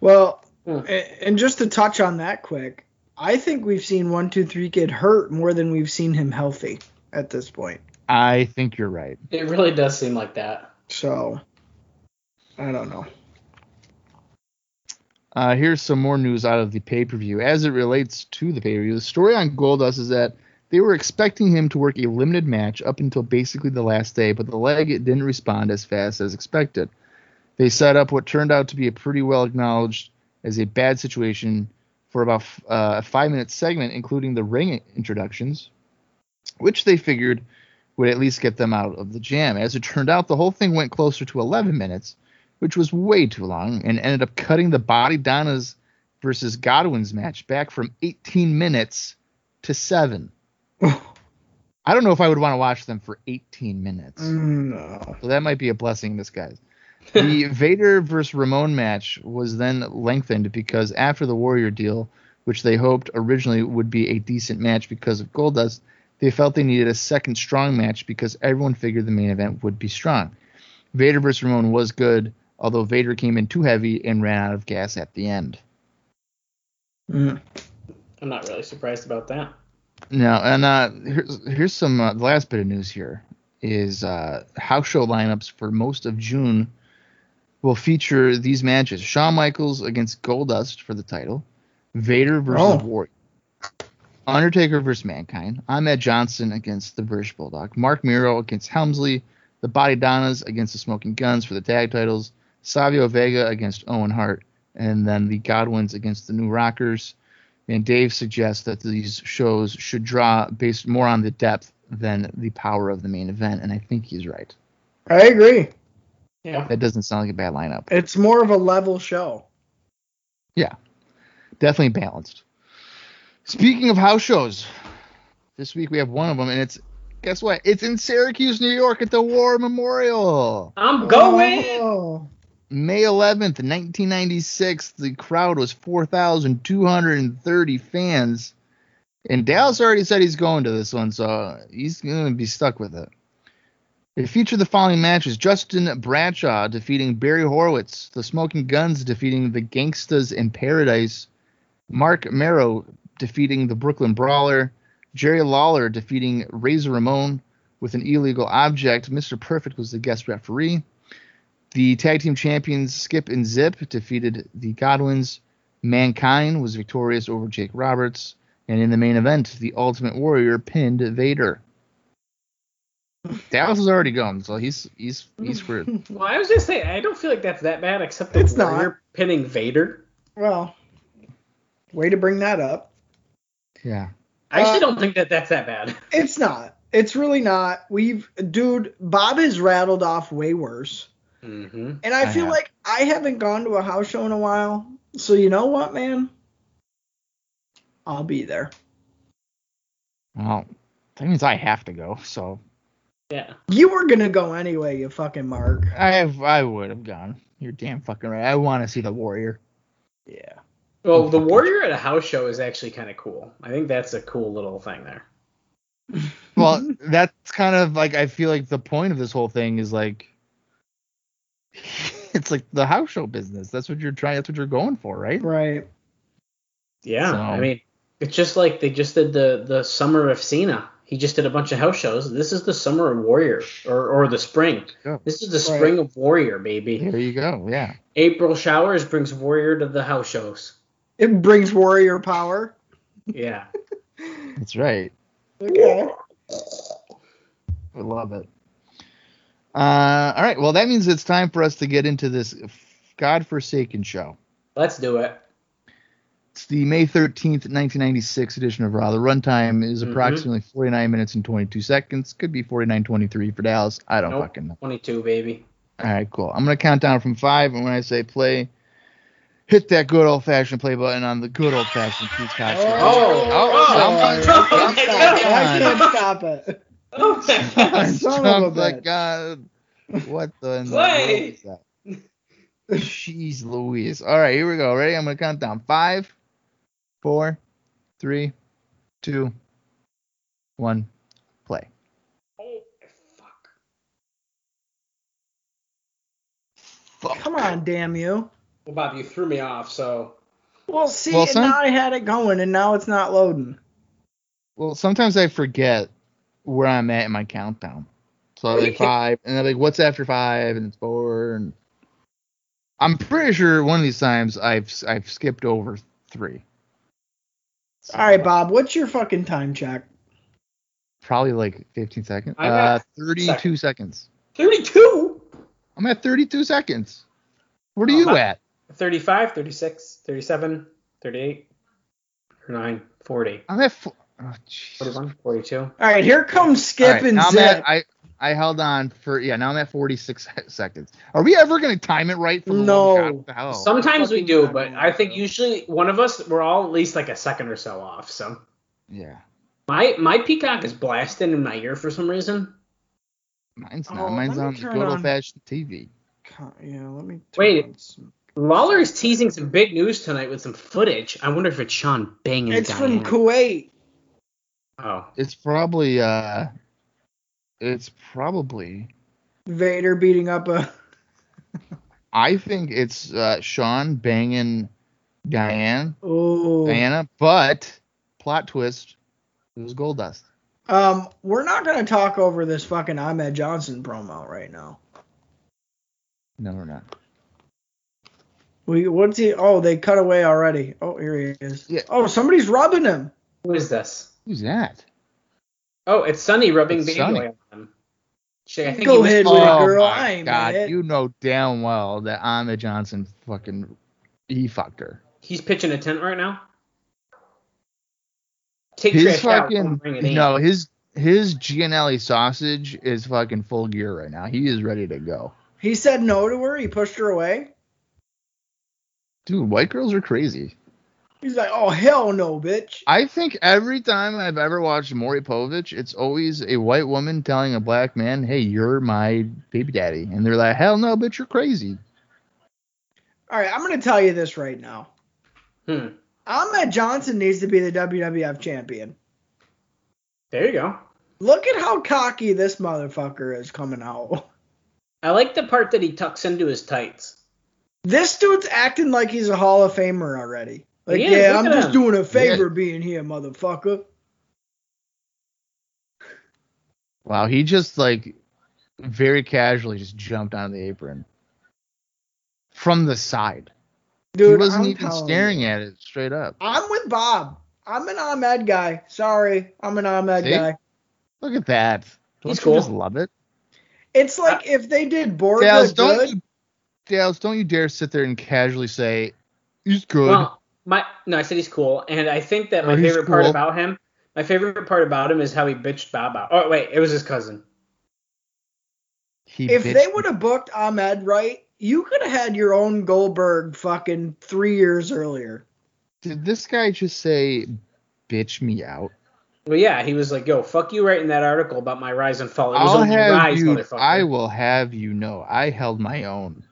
Speaker 4: Well, a- and just to touch on that quick, I think we've seen one, two, three kid hurt more than we've seen him healthy at this point.
Speaker 2: I think you're right.
Speaker 3: It really does seem like that.
Speaker 4: So I don't know.
Speaker 2: Uh, here's some more news out of the pay per view. As it relates to the pay per view, the story on Goldust is that they were expecting him to work a limited match up until basically the last day, but the leg didn't respond as fast as expected. They set up what turned out to be a pretty well acknowledged as a bad situation for about f- uh, a five minute segment, including the ring introductions, which they figured would at least get them out of the jam. As it turned out, the whole thing went closer to 11 minutes, which was way too long, and ended up cutting the Body Donna's versus Godwin's match back from 18 minutes to seven. I don't know if I would want to watch them for 18 minutes.
Speaker 4: Mm, no.
Speaker 2: So that might be a blessing in disguise. The Vader versus Ramon match was then lengthened because after the Warrior deal, which they hoped originally would be a decent match because of Goldust, they felt they needed a second strong match because everyone figured the main event would be strong. Vader versus Ramon was good, although Vader came in too heavy and ran out of gas at the end.
Speaker 4: Mm.
Speaker 3: I'm not really surprised about that.
Speaker 2: No, and uh, here's here's some uh, the last bit of news here is uh, house show lineups for most of June will feature these matches: Shawn Michaels against Goldust for the title, Vader versus
Speaker 4: Oh.
Speaker 2: Warrior, Undertaker versus Mankind, Ahmed Johnson against the British Bulldog, Mark Miro against Helmsley, the Body Donnas against the Smoking Guns for the tag titles, Savio Vega against Owen Hart, and then the Godwins against the New Rockers. And Dave suggests that these shows should draw based more on the depth than the power of the main event, and I think he's right.
Speaker 4: I agree.
Speaker 3: Yeah.
Speaker 2: That doesn't sound like a bad lineup.
Speaker 4: It's more of a level show.
Speaker 2: Definitely balanced. Speaking of house shows, this week we have one of them, and it's guess what? It's in Syracuse, New York, at the War Memorial,
Speaker 3: I'm going.
Speaker 4: Oh.
Speaker 2: May 11th, 1996. The crowd was 4,230 fans, and Dallas already said he's going to this one, so he's going to be stuck with it. It featured the following matches Justin Bradshaw defeating Barry Horowitz, The Smoking Guns defeating The Gangstas in Paradise, Mark Merrow defeating The Brooklyn Brawler, Jerry Lawler defeating Razor Ramon with an illegal object. Mr. Perfect was the guest referee. The tag team champions Skip and Zip defeated the Godwins. Mankind was victorious over Jake Roberts. And in the main event, the Ultimate Warrior pinned Vader. Dallas is already gone, so he's he's he's screwed.
Speaker 3: Well, I was just saying, I don't feel like that's that bad, except the
Speaker 4: It's not.
Speaker 3: Warrior pinning Vader.
Speaker 4: Well, way to bring that up.
Speaker 2: Yeah.
Speaker 3: I actually
Speaker 4: Uh,
Speaker 3: don't think that that's that bad. (laughs)
Speaker 4: It's not. It's really not. We've, dude, Bob has rattled off way worse.
Speaker 3: Mm-hmm.
Speaker 4: And I,
Speaker 2: I
Speaker 4: feel
Speaker 2: have.
Speaker 4: like I haven't gone to a house show in a while. So you know what, man? I'll be there.
Speaker 2: Well, that means I have to go. So
Speaker 3: Yeah.
Speaker 4: You were gonna go anyway, you fucking mark.
Speaker 2: I have I would have gone. You're damn fucking right. I want to see the Warrior.
Speaker 4: Yeah.
Speaker 3: Well, the Warrior at a house show is actually kind of cool. I think that's a cool little thing there.
Speaker 2: Well, that's kind of like I feel like the point of this whole thing is like (laughs) it's like the house show business. That's what you're trying. That's what you're going for, right?
Speaker 4: Right.
Speaker 3: Yeah,
Speaker 2: So-
Speaker 3: I mean, it's just like they just did the the summer of Cena. He just did a bunch of house shows. This is the summer of Warrior, or or the spring.
Speaker 2: Yeah.
Speaker 3: This is the
Speaker 4: Right.
Speaker 3: spring of Warrior, baby.
Speaker 2: There you go. Yeah.
Speaker 3: April showers brings Warrior to the house shows.
Speaker 4: It brings warrior power. (laughs)
Speaker 3: Yeah,
Speaker 2: That's right.
Speaker 4: Okay.
Speaker 2: I love it. Uh, all right. Well, that means it's time for us to get into this godforsaken show.
Speaker 3: let's do it.
Speaker 2: It's the May 13th, 1996 edition of Raw. The runtime is
Speaker 3: Mhm.
Speaker 2: approximately 49 minutes and 22 seconds. Could be 49.23 for Dallas. I don't
Speaker 3: Nope.
Speaker 2: fucking know.
Speaker 4: (laughs)
Speaker 3: Twenty two, baby.
Speaker 2: All right, cool. I'm going to count down from five, and when I say play, hit that good old fashioned play button on the good old
Speaker 4: (laughs)
Speaker 2: fashioned Peacock. (laughs)
Speaker 3: Oh,
Speaker 2: oh,
Speaker 4: oh,
Speaker 2: oh,
Speaker 3: my
Speaker 4: I
Speaker 3: God.
Speaker 4: can't stop it.
Speaker 3: Oh (laughs) my God.
Speaker 4: (laughs) Son
Speaker 2: I'm
Speaker 4: of a
Speaker 2: like,
Speaker 4: bitch.
Speaker 2: God, what the in the
Speaker 3: Wait.
Speaker 2: world is that? Jeez Louise. All right, here we go. Ready? I'm gonna count down. Five, four, three, two, one, play.
Speaker 3: Oh, fuck.
Speaker 2: Fuck.
Speaker 4: Come on, damn you.
Speaker 3: Well, Bob, you threw me off, so.
Speaker 4: Well, see,
Speaker 2: Wilson?
Speaker 4: and now I had it going, and now it's not loading.
Speaker 2: Well, sometimes I forget where I'm at in my countdown. So I'll be like five, and I'm like, what's after five? And it's four, and I'm pretty sure one of these times I've I've skipped over three. So,
Speaker 4: All right, Bob, what's your fucking time check?
Speaker 2: Probably like 15 seconds.
Speaker 3: I'm
Speaker 2: Uh,
Speaker 3: at
Speaker 2: 32 seconds.
Speaker 3: 32?
Speaker 2: I'm at 32 seconds. What are you
Speaker 3: I'm
Speaker 2: at?
Speaker 3: 35, 36, 37, 38, 39, 40,
Speaker 2: I'm at. Four, oh, jeez.
Speaker 3: 41, 42.
Speaker 4: All right, here comes Skip
Speaker 2: All right,
Speaker 4: and
Speaker 2: now I'm
Speaker 4: Zip.
Speaker 2: at- I I held on for yeah. Now I'm at 46 (laughs) seconds. Are we ever gonna time it right? For the
Speaker 4: No.
Speaker 2: Long shot? What the
Speaker 4: Oh,
Speaker 2: hell?
Speaker 3: Sometimes we
Speaker 2: Fucking
Speaker 3: do,
Speaker 2: not
Speaker 3: but
Speaker 2: going
Speaker 3: I think
Speaker 2: to.
Speaker 3: usually one of us, we're all at least like a second or so off, so.
Speaker 2: Yeah.
Speaker 3: My my peacock is blasting in my ear for some reason.
Speaker 2: Mine's
Speaker 4: Oh,
Speaker 2: not.
Speaker 4: let
Speaker 2: Mine's
Speaker 4: me
Speaker 2: on the
Speaker 4: turn
Speaker 2: good
Speaker 4: on-
Speaker 2: old fashioned TV.
Speaker 4: God, yeah, let me.
Speaker 3: Wait.
Speaker 4: turn this-
Speaker 3: Lawler is teasing some big news tonight with some footage. I wonder if it's Sean Bang and
Speaker 4: It's from
Speaker 3: Diana.
Speaker 4: Kuwait.
Speaker 3: Oh.
Speaker 2: It's probably uh, it's probably.
Speaker 4: Vader beating up a.
Speaker 2: I think it's uh, Sean banging Diane,
Speaker 4: Oh.
Speaker 2: Diana, but plot twist, it was Gold Dust.
Speaker 4: Um, we're not gonna talk over this fucking Ahmed Johnson promo right now.
Speaker 2: No, we're not.
Speaker 4: We what's he? Oh, they cut away already. Oh, here he is.
Speaker 2: Yeah.
Speaker 4: Oh, somebody's rubbing him.
Speaker 3: Who is this?
Speaker 2: Who's that?
Speaker 3: Oh, it's Sunny rubbing
Speaker 2: It's
Speaker 3: baby
Speaker 2: Sonny.
Speaker 3: oil on him. Shit, I think
Speaker 4: Go
Speaker 3: he
Speaker 4: ahead,
Speaker 3: missed-
Speaker 4: Wait,
Speaker 2: oh
Speaker 4: girl,
Speaker 2: my
Speaker 4: I ain't
Speaker 2: god,
Speaker 4: mad.
Speaker 2: you know damn well that I'm the Johnson fucking he fucked her.
Speaker 3: He's pitching a tent right now. Take
Speaker 2: His
Speaker 3: trash out,
Speaker 2: fucking
Speaker 3: don't bring it in.
Speaker 2: no, his his Gianelli sausage is fucking full gear right now. He is ready to go.
Speaker 4: He said no to her. He pushed her away.
Speaker 2: Dude, white girls are crazy.
Speaker 4: He's like, oh hell no, bitch.
Speaker 2: I think every time I've ever watched Maury Povich, it's always a white woman telling a black man, "Hey, you're my baby daddy," and they're like, "Hell no, bitch, you're crazy."
Speaker 4: All right, I'm gonna tell you this right now.
Speaker 3: Hmm.
Speaker 4: Ahmed Johnson needs to be the WWF champion.
Speaker 3: There you go.
Speaker 4: Look at how cocky this motherfucker is coming out.
Speaker 3: I like the part that he tucks into his tights.
Speaker 4: This dude's acting like he's a Hall of Famer already. Like,
Speaker 3: He
Speaker 4: yeah,
Speaker 3: is, look
Speaker 4: I'm
Speaker 3: at
Speaker 4: just
Speaker 3: him.
Speaker 4: doing a favor being here, motherfucker.
Speaker 2: Wow, he just like very casually just jumped on the apron from the side.
Speaker 4: Dude,
Speaker 2: he wasn't
Speaker 4: I'm
Speaker 2: even
Speaker 4: telling
Speaker 2: staring
Speaker 4: you.
Speaker 2: at it straight up.
Speaker 4: I'm with Bob. I'm an Ahmed guy. Sorry, I'm an Ahmed
Speaker 2: See?
Speaker 4: guy.
Speaker 2: Look at that. Don't
Speaker 3: He's
Speaker 2: you
Speaker 3: cool.
Speaker 2: just love it?
Speaker 4: It's like if they did Borga
Speaker 2: Dales, don't
Speaker 4: good.
Speaker 2: you, Dales, don't you dare sit there and casually say he's good.
Speaker 3: Well, my no, I said he's cool, and I think that my
Speaker 2: Oh, he's
Speaker 3: favorite part
Speaker 2: cool.
Speaker 3: about him, my favorite part about him is how he bitched Bob out. Oh wait, it was his cousin.
Speaker 2: he
Speaker 4: if
Speaker 2: bitched.
Speaker 4: they would have booked Ahmed right, you could have had your own Goldberg fucking three years earlier.
Speaker 2: Did this guy just say bitch me out?
Speaker 3: Well, yeah, he was like, "Yo, fuck you," writing that article about my rise and fall. It was
Speaker 2: I'll
Speaker 3: only
Speaker 2: have
Speaker 3: rise,
Speaker 2: you.
Speaker 3: motherfucker.
Speaker 2: I will have you know. I held my own.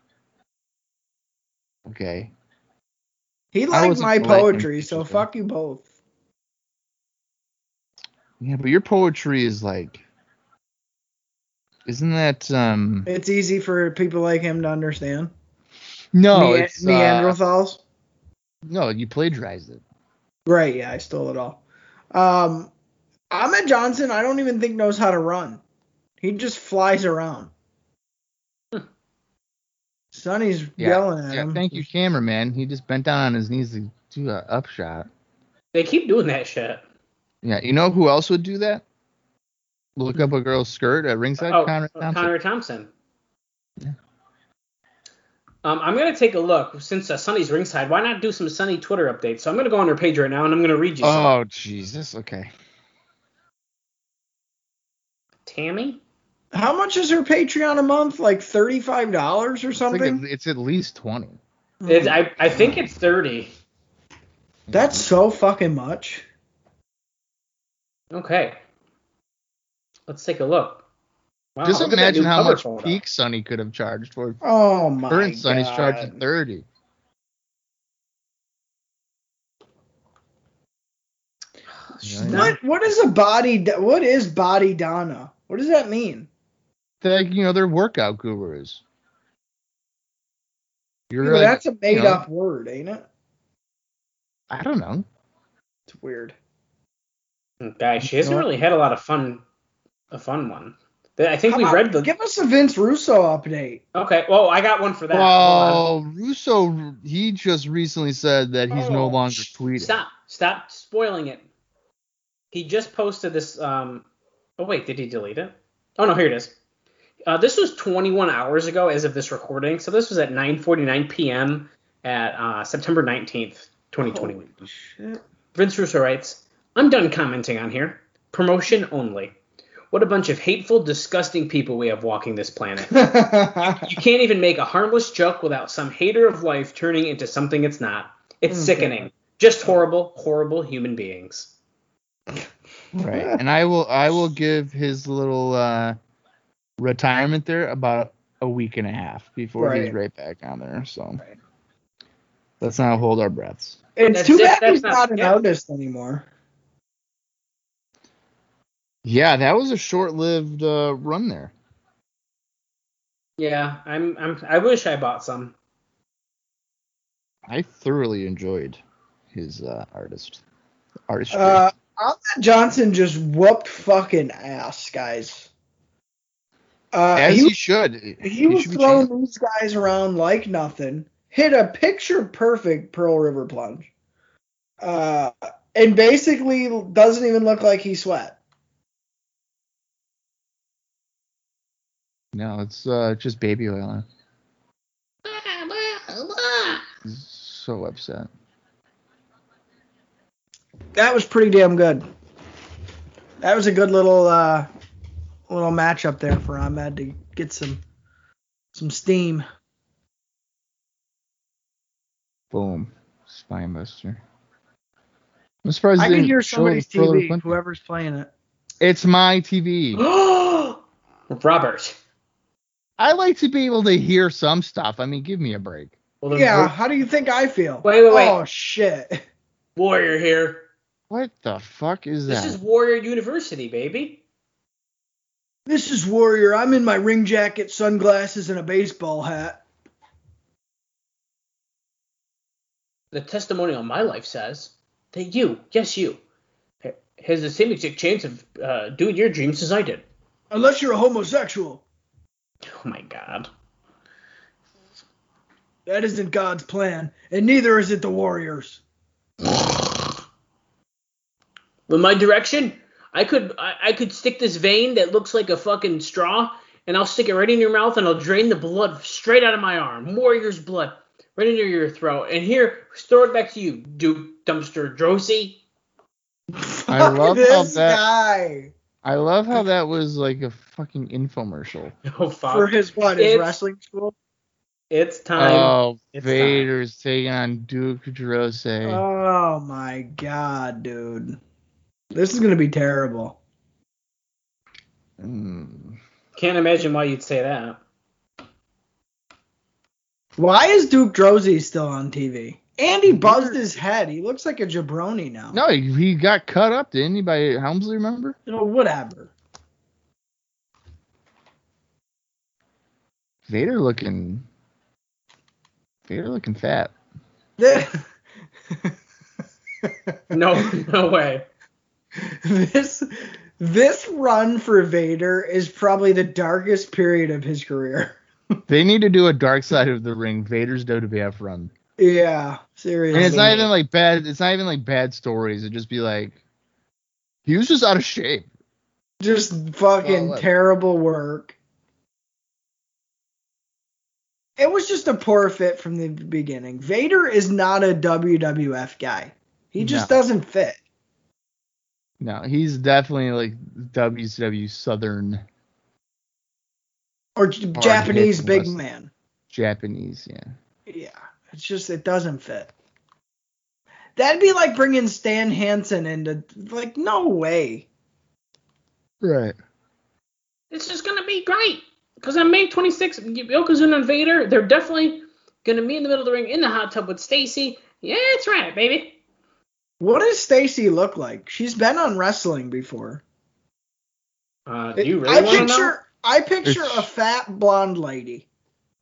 Speaker 2: Okay.
Speaker 4: He
Speaker 2: I
Speaker 4: liked
Speaker 2: wasn't
Speaker 4: my
Speaker 2: polite and
Speaker 4: poetry, so
Speaker 2: interesting.
Speaker 4: fuck you both.
Speaker 2: Yeah, but your poetry is like, isn't that um?
Speaker 4: It's easy for people like him to understand.
Speaker 2: No,
Speaker 4: Nea-
Speaker 2: it's uh,
Speaker 4: Neanderthals.
Speaker 2: no. You plagiarized it.
Speaker 4: Right, yeah, I stole it all. Um, Ahmed Johnson, I don't even think knows how to run. He just flies around. Sonny's
Speaker 2: Hmm. Yeah,
Speaker 4: yelling at
Speaker 2: Yeah,
Speaker 4: him.
Speaker 2: thank you, cameraman. He just bent down on his knees to do an upshot.
Speaker 3: they keep doing that shit.
Speaker 2: Yeah, you know who else would do that? Look up a girl's skirt at ringside.
Speaker 3: oh,
Speaker 2: Conrad Thompson.
Speaker 3: Conrad Thompson.
Speaker 2: Yeah.
Speaker 3: Um, I'm gonna take a look since uh, Sunny's ringside. Why not do some Sunny Twitter updates? So I'm gonna go on her page right now and I'm gonna read you. some.
Speaker 2: oh Jesus. Okay.
Speaker 3: Tammy.
Speaker 4: How much is her Patreon a month? Like thirty-five dollars or
Speaker 2: I think
Speaker 4: something? Hmm.
Speaker 2: it- it's at least twenty.
Speaker 4: Mm-hmm.
Speaker 3: It's, I I think it's thirty.
Speaker 4: That's so fucking much.
Speaker 3: Okay. Let's take a look. Wow,
Speaker 2: Just
Speaker 3: look at that
Speaker 2: imagine
Speaker 3: new
Speaker 2: how
Speaker 3: cover
Speaker 2: much
Speaker 3: photo.
Speaker 2: peak Sonny could have charged for.
Speaker 4: Oh my
Speaker 2: Current
Speaker 4: god.
Speaker 2: Sonny's charging 30. Yeah.
Speaker 4: What what is a body? da- What is body Donna? What does that mean?
Speaker 2: They're, you know, they're workout gurus. You're
Speaker 4: Yeah,
Speaker 2: like,
Speaker 4: that's a made
Speaker 2: you know-
Speaker 4: up word, ain't it?
Speaker 2: I don't know.
Speaker 4: It's weird.
Speaker 3: Guy, Hmm, she hasn't really had a lot of fun. A fun one. I think
Speaker 4: How
Speaker 3: we
Speaker 4: about-
Speaker 3: read the.
Speaker 4: Give us a Vince Russo update.
Speaker 3: Okay. Well, I got one for that. Hold
Speaker 2: Well,
Speaker 3: on.
Speaker 2: Russo, he just recently said that he's no
Speaker 3: Oh,
Speaker 2: longer
Speaker 3: sh-
Speaker 2: tweeting.
Speaker 3: Stop. Stop spoiling it. He just posted this. Um, oh, wait. Did he delete it? Oh, no. Here it is. Uh, this was 21 hours ago as of this recording. So this was at 9.49 p.m. at uh, September 19th, 2021.
Speaker 4: (laughs) Shit.
Speaker 3: Vince Russo writes, I'm done commenting on here. Promotion only. What a bunch of hateful, disgusting people we have walking this planet. You can't even make a harmless joke without some hater of life turning into something it's not. It's
Speaker 4: Mm,
Speaker 3: sickening. Just horrible, horrible human beings.
Speaker 4: (laughs)
Speaker 2: Right. And I will I will give his little uh, retirement there about a week and a half before he's
Speaker 4: Right.
Speaker 2: right back on there. So
Speaker 4: Right.
Speaker 2: let's not hold our breaths.
Speaker 4: It's
Speaker 3: That's
Speaker 4: too
Speaker 3: it,
Speaker 4: bad
Speaker 3: that's
Speaker 4: he's
Speaker 3: not-
Speaker 4: not an
Speaker 3: yeah.
Speaker 4: artist anymore.
Speaker 2: Yeah, that was a short lived uh, run there.
Speaker 3: Yeah, I'm, I'm. I wish I bought some. (gasps)
Speaker 2: I thoroughly enjoyed his uh, artist artistry.
Speaker 4: Uh, Ahmed Johnson just whooped fucking ass, guys. Uh,
Speaker 2: As
Speaker 4: he
Speaker 2: he, should.
Speaker 4: He,
Speaker 2: He
Speaker 4: was
Speaker 2: should be
Speaker 4: throwing
Speaker 2: champ.
Speaker 4: these guys around like nothing. Hit a picture perfect Pearl River plunge, uh, and basically doesn't even look like he sweat.
Speaker 2: No, it's uh, just baby oil. He's so upset.
Speaker 4: That was pretty damn good. That was a good little uh, little matchup there for Ahmed to get some some steam.
Speaker 2: Boom. Spine buster. I'm surprised they
Speaker 4: I can
Speaker 2: didn't
Speaker 4: hear
Speaker 2: show
Speaker 4: somebody's
Speaker 2: the Thriller
Speaker 4: TV,
Speaker 2: Clinton.
Speaker 4: whoever's playing it.
Speaker 2: It's my TV.
Speaker 3: Robert.
Speaker 2: (gasps) I like to be able to hear some stuff. I mean, give me a break.
Speaker 3: Well, the
Speaker 4: Yeah, how do you think I feel?
Speaker 3: Wait, wait, wait.
Speaker 4: Oh shit.
Speaker 3: Warrior here.
Speaker 2: What the fuck is
Speaker 3: This
Speaker 2: that?
Speaker 3: is Warrior University, baby.
Speaker 4: This is Warrior. I'm in my ring jacket, sunglasses, and a baseball hat.
Speaker 3: The testimonial of my life says that you, yes, you, ha- has the same exact chance of uh, doing your dreams as I did.
Speaker 4: Unless you're a homosexual.
Speaker 3: Oh my God.
Speaker 4: That isn't God's plan, and neither is it the Warriors.
Speaker 3: with my direction, I could I, I could stick this vein that looks like a fucking straw, and I'll stick it right in your mouth, and I'll drain the blood straight out of my arm, warrior's blood, right into your throat. And here, throw it back to you, Duke Dumpster Drosy.
Speaker 2: I love how
Speaker 4: (laughs) this
Speaker 2: that.
Speaker 4: guy
Speaker 2: I love how that was like a fucking infomercial.
Speaker 3: (laughs) Oh fuck!
Speaker 4: for his what? His
Speaker 3: It's-
Speaker 4: wrestling school.
Speaker 3: it's time.
Speaker 2: Oh,
Speaker 3: It's
Speaker 2: Vader's taking on Duke Drose.
Speaker 4: Oh my god, dude. This is gonna be terrible.
Speaker 2: Mm.
Speaker 3: Can't imagine why you'd say that.
Speaker 4: Why is Duke Drozy still on TV? And he buzzed his head. He looks like a jabroni now.
Speaker 2: No, he, he got cut up. Did anybody Helmsley remember?
Speaker 4: You know, whatever.
Speaker 2: Vader looking. Vader looking fat.
Speaker 3: No, (laughs) no way.
Speaker 4: (laughs) this this run for Vader is probably the darkest period of his career. (laughs)
Speaker 2: They need to do a Dark Side of the Ring Vader's WWF run.
Speaker 4: Yeah,
Speaker 2: And it's
Speaker 4: seriously.
Speaker 2: not even like bad. It's not even like bad stories. It'd just be like he was just out of shape.
Speaker 4: Just fucking
Speaker 2: Well, what?
Speaker 4: terrible work. It was just a poor fit from the beginning. Vader is not a WWF guy. He just
Speaker 2: No.
Speaker 4: doesn't fit.
Speaker 2: No, he's definitely like WCW Southern
Speaker 4: Or j- Japanese
Speaker 2: hit
Speaker 4: big
Speaker 2: wrestling.
Speaker 4: man.
Speaker 2: Japanese. Yeah,
Speaker 4: Yeah. It's just it doesn't fit. That'd be like bringing Stan Hansen into like no way.
Speaker 2: Right.
Speaker 3: It's just gonna be great because on May 26th, Yokozuna and Vader, they're definitely gonna be in the middle of the ring in the hot tub with Stacy. Yeah, that's right, baby.
Speaker 4: What does Stacy look like? She's been on wrestling before.
Speaker 3: Uh, do you
Speaker 4: It-
Speaker 3: really
Speaker 4: I
Speaker 3: want to
Speaker 4: picture
Speaker 3: know?
Speaker 4: I picture
Speaker 2: It's-
Speaker 4: a fat blonde lady.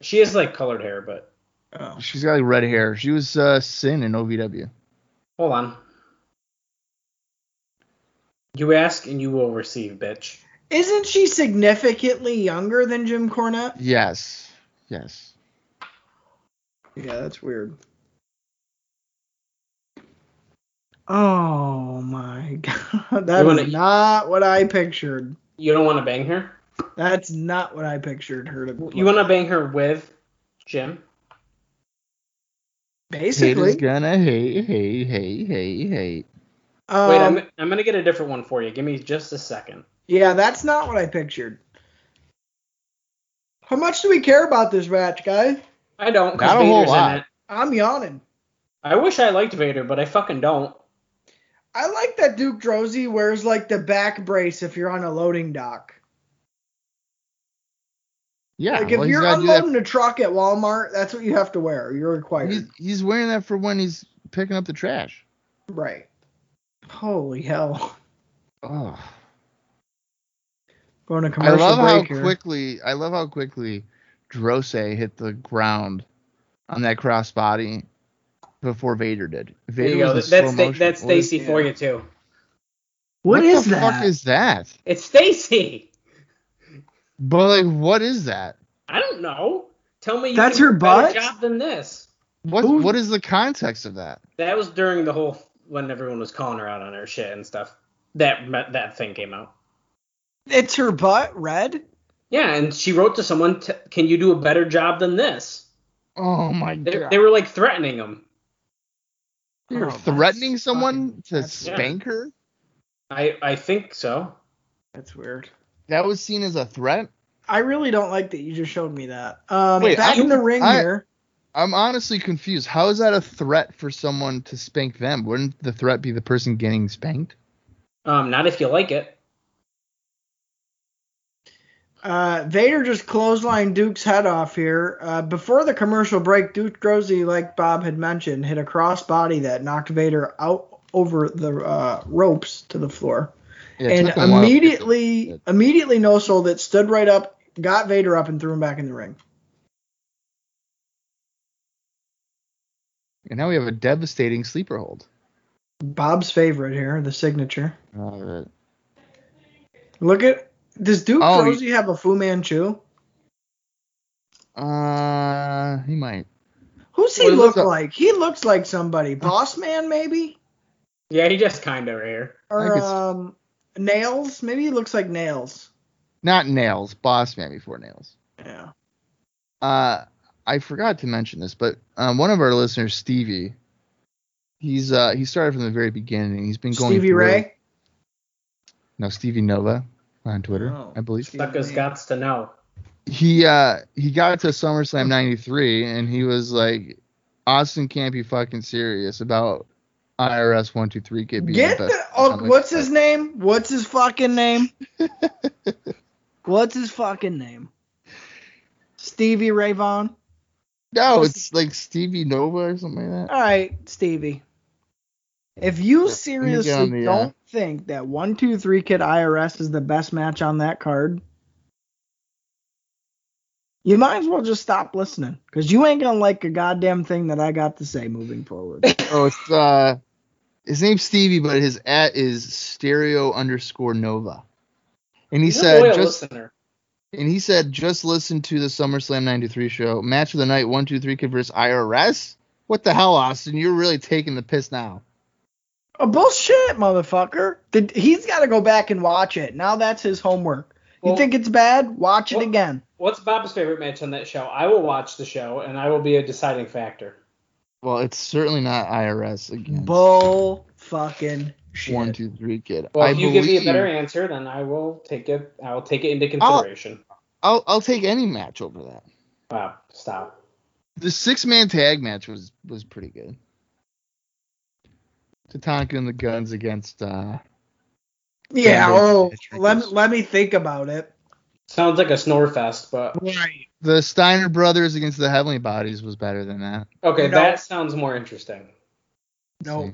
Speaker 3: She has like colored hair, but
Speaker 4: Oh.
Speaker 2: She's got like red hair. She was uh, Sin in OVW.
Speaker 3: hold on. You ask and you will receive, bitch.
Speaker 4: Isn't she significantly younger than Jim Cornette?
Speaker 2: Yes. Yes.
Speaker 4: Yeah, that's weird. Oh my (laughs) god. That
Speaker 3: You wanna-
Speaker 4: is not what I pictured.
Speaker 3: You don't want to bang her.
Speaker 4: That's not what I pictured her to be.
Speaker 3: You want to bang her with Jim?
Speaker 4: basically.
Speaker 2: Haters gonna hate, hate, hate, hate, hate.
Speaker 4: Um,
Speaker 3: Wait, I'm, I'm gonna get a different one for you. Give me just a second.
Speaker 4: Yeah, that's not what I pictured. How much do we care about this match, guys?
Speaker 3: I don't. 'cause
Speaker 2: Not a whole
Speaker 3: Vader's in
Speaker 2: lot.
Speaker 3: it.
Speaker 4: I'm yawning.
Speaker 3: I wish I liked Vader, but I fucking don't.
Speaker 4: I like that Duke Drozy wears like the back brace if you're on a loading dock.
Speaker 2: Yeah.
Speaker 4: like if
Speaker 2: well, he's
Speaker 4: you're
Speaker 2: gotta do that-
Speaker 4: unloading a truck at Walmart, that's what you have to wear. You're required.
Speaker 2: He's, he's wearing that for when he's picking up the trash.
Speaker 4: Right. Holy hell.
Speaker 2: Oh.
Speaker 4: Going to
Speaker 2: I
Speaker 4: commercial
Speaker 2: love how
Speaker 4: break here.
Speaker 2: quickly I love how quickly Drose hit the ground on that crossbody before Vader did.
Speaker 3: There
Speaker 2: Vader
Speaker 3: you go.
Speaker 2: was in
Speaker 3: That's
Speaker 2: slow
Speaker 3: sta-
Speaker 2: motion.
Speaker 3: that's
Speaker 2: What is-
Speaker 3: Stacy for you too.
Speaker 2: what the fuck is that?
Speaker 3: It's Stacy.
Speaker 2: But like, what is that?
Speaker 3: I don't know. Tell me you
Speaker 4: That's
Speaker 3: can
Speaker 4: her
Speaker 3: do a better
Speaker 4: butt?
Speaker 3: job than this.
Speaker 2: What
Speaker 4: Who-
Speaker 2: what is the context of that?
Speaker 3: That was during the whole when everyone was calling her out on her shit and stuff. That that thing came out.
Speaker 4: it's her butt red?
Speaker 3: Yeah, and she wrote to someone, t- "Can you do a better job than this?"
Speaker 2: Oh my
Speaker 3: They,
Speaker 2: god!
Speaker 3: they were like threatening him.
Speaker 2: You're
Speaker 4: Oh, that's
Speaker 2: threatening someone
Speaker 4: fucking-
Speaker 2: to
Speaker 4: that's-
Speaker 3: yeah.
Speaker 2: spank her?
Speaker 3: I I think so.
Speaker 4: That's weird.
Speaker 2: That was seen as a threat.
Speaker 4: I really don't like that you just showed me that. Um
Speaker 2: Wait,
Speaker 4: back
Speaker 2: I-
Speaker 4: in the ring
Speaker 2: I-
Speaker 4: here.
Speaker 2: I'm honestly confused. How is that a threat for someone to spank them? Wouldn't the threat be the person getting spanked?
Speaker 3: Um, not if you like it.
Speaker 4: Uh, Vader just clotheslined Duke's head off here. Uh, before the commercial break, Duke Grozny, like Bob had mentioned, hit a crossbody that knocked Vader out over the uh, ropes to the floor,
Speaker 2: Yeah, it
Speaker 4: and
Speaker 2: took him a while to get there.
Speaker 4: immediately, immediately no sold it, stood right up, got Vader up, and threw him back in the ring.
Speaker 2: And now we have a devastating sleeper hold.
Speaker 4: Bob's favorite here, the signature.
Speaker 2: Uh,
Speaker 4: Look at does Duke
Speaker 2: Oh,
Speaker 4: Grozny have a Fu Manchu?
Speaker 2: uh, he might.
Speaker 4: Who's he
Speaker 2: Well, he
Speaker 4: look
Speaker 2: looks like-
Speaker 4: like? He looks like somebody, Boss Man maybe,
Speaker 3: Yeah, he just kind of here.
Speaker 2: think
Speaker 4: or
Speaker 2: it's-
Speaker 4: um, Nails. Maybe he looks like Nails.
Speaker 2: Not nails, boss man before nails.
Speaker 4: Yeah.
Speaker 2: Uh, I forgot to mention this, but um, one of our listeners, Stevie, he's uh he started from the very beginning. and He's been going
Speaker 4: Stevie
Speaker 2: through-
Speaker 4: Ray.
Speaker 2: No, Stevie Nova on Twitter,
Speaker 4: Oh.
Speaker 2: I believe.
Speaker 3: Suckers gots to know.
Speaker 2: He uh he got to SummerSlam '93 and he was like, Austin can't be fucking serious about IRS one two three K being
Speaker 4: Get
Speaker 2: the
Speaker 4: the,
Speaker 2: best.
Speaker 4: oh,
Speaker 2: I'm like,
Speaker 4: what's his name? What's his
Speaker 2: (laughs)
Speaker 4: fucking name? what's his fucking name? Stevie Ray Vaughan.
Speaker 2: No, it's like Stevie Nova or something like that.
Speaker 4: All right, Stevie. If you
Speaker 2: get on
Speaker 4: seriously
Speaker 2: the, uh,
Speaker 4: don't think that one two three kid IRS is the best match on that card, you might as well just stop listening because you ain't gonna like a goddamn thing that I got to say
Speaker 2: (laughs)
Speaker 4: moving forward.
Speaker 2: Oh, it's uh, his name's Stevie, but his at is stereo underscore Nova, and he
Speaker 3: He's a
Speaker 2: said
Speaker 3: loyal
Speaker 2: just
Speaker 3: listener.
Speaker 2: and he said just listen to the SummerSlam '93 show match of the night one two three kid versus IRS. What the hell, Austin? You're really taking the piss now.
Speaker 4: Oh, bullshit, motherfucker. Did, he's got to go back and watch it. Now that's his homework.
Speaker 3: Well-
Speaker 4: you think it's bad? Watch
Speaker 3: Well-
Speaker 4: it again.
Speaker 3: What's Bob's favorite match on that show? I will watch the show and I will be a deciding factor.
Speaker 2: Well, it's certainly not IRS against
Speaker 4: Bull fucking shit.
Speaker 2: one two three kid.
Speaker 3: Well,
Speaker 2: I
Speaker 3: if you
Speaker 2: believe,
Speaker 3: give me a better answer, then I will take it. I will take it into
Speaker 2: I'll-
Speaker 3: consideration.
Speaker 2: I'll I'll take any match over that.
Speaker 3: Wow, stop.
Speaker 2: the six man tag match was was pretty good. Tatanka and the Guns against uh
Speaker 4: Yeah.
Speaker 2: Yeah,
Speaker 4: Oh,
Speaker 2: it's ridiculous.
Speaker 4: let let me think about it.
Speaker 3: Sounds like a snore fest, but
Speaker 4: Right.
Speaker 2: the Steiner brothers against the Heavenly Bodies was better than that.
Speaker 3: okay,
Speaker 4: No.
Speaker 3: that sounds more interesting.
Speaker 4: No.
Speaker 2: See.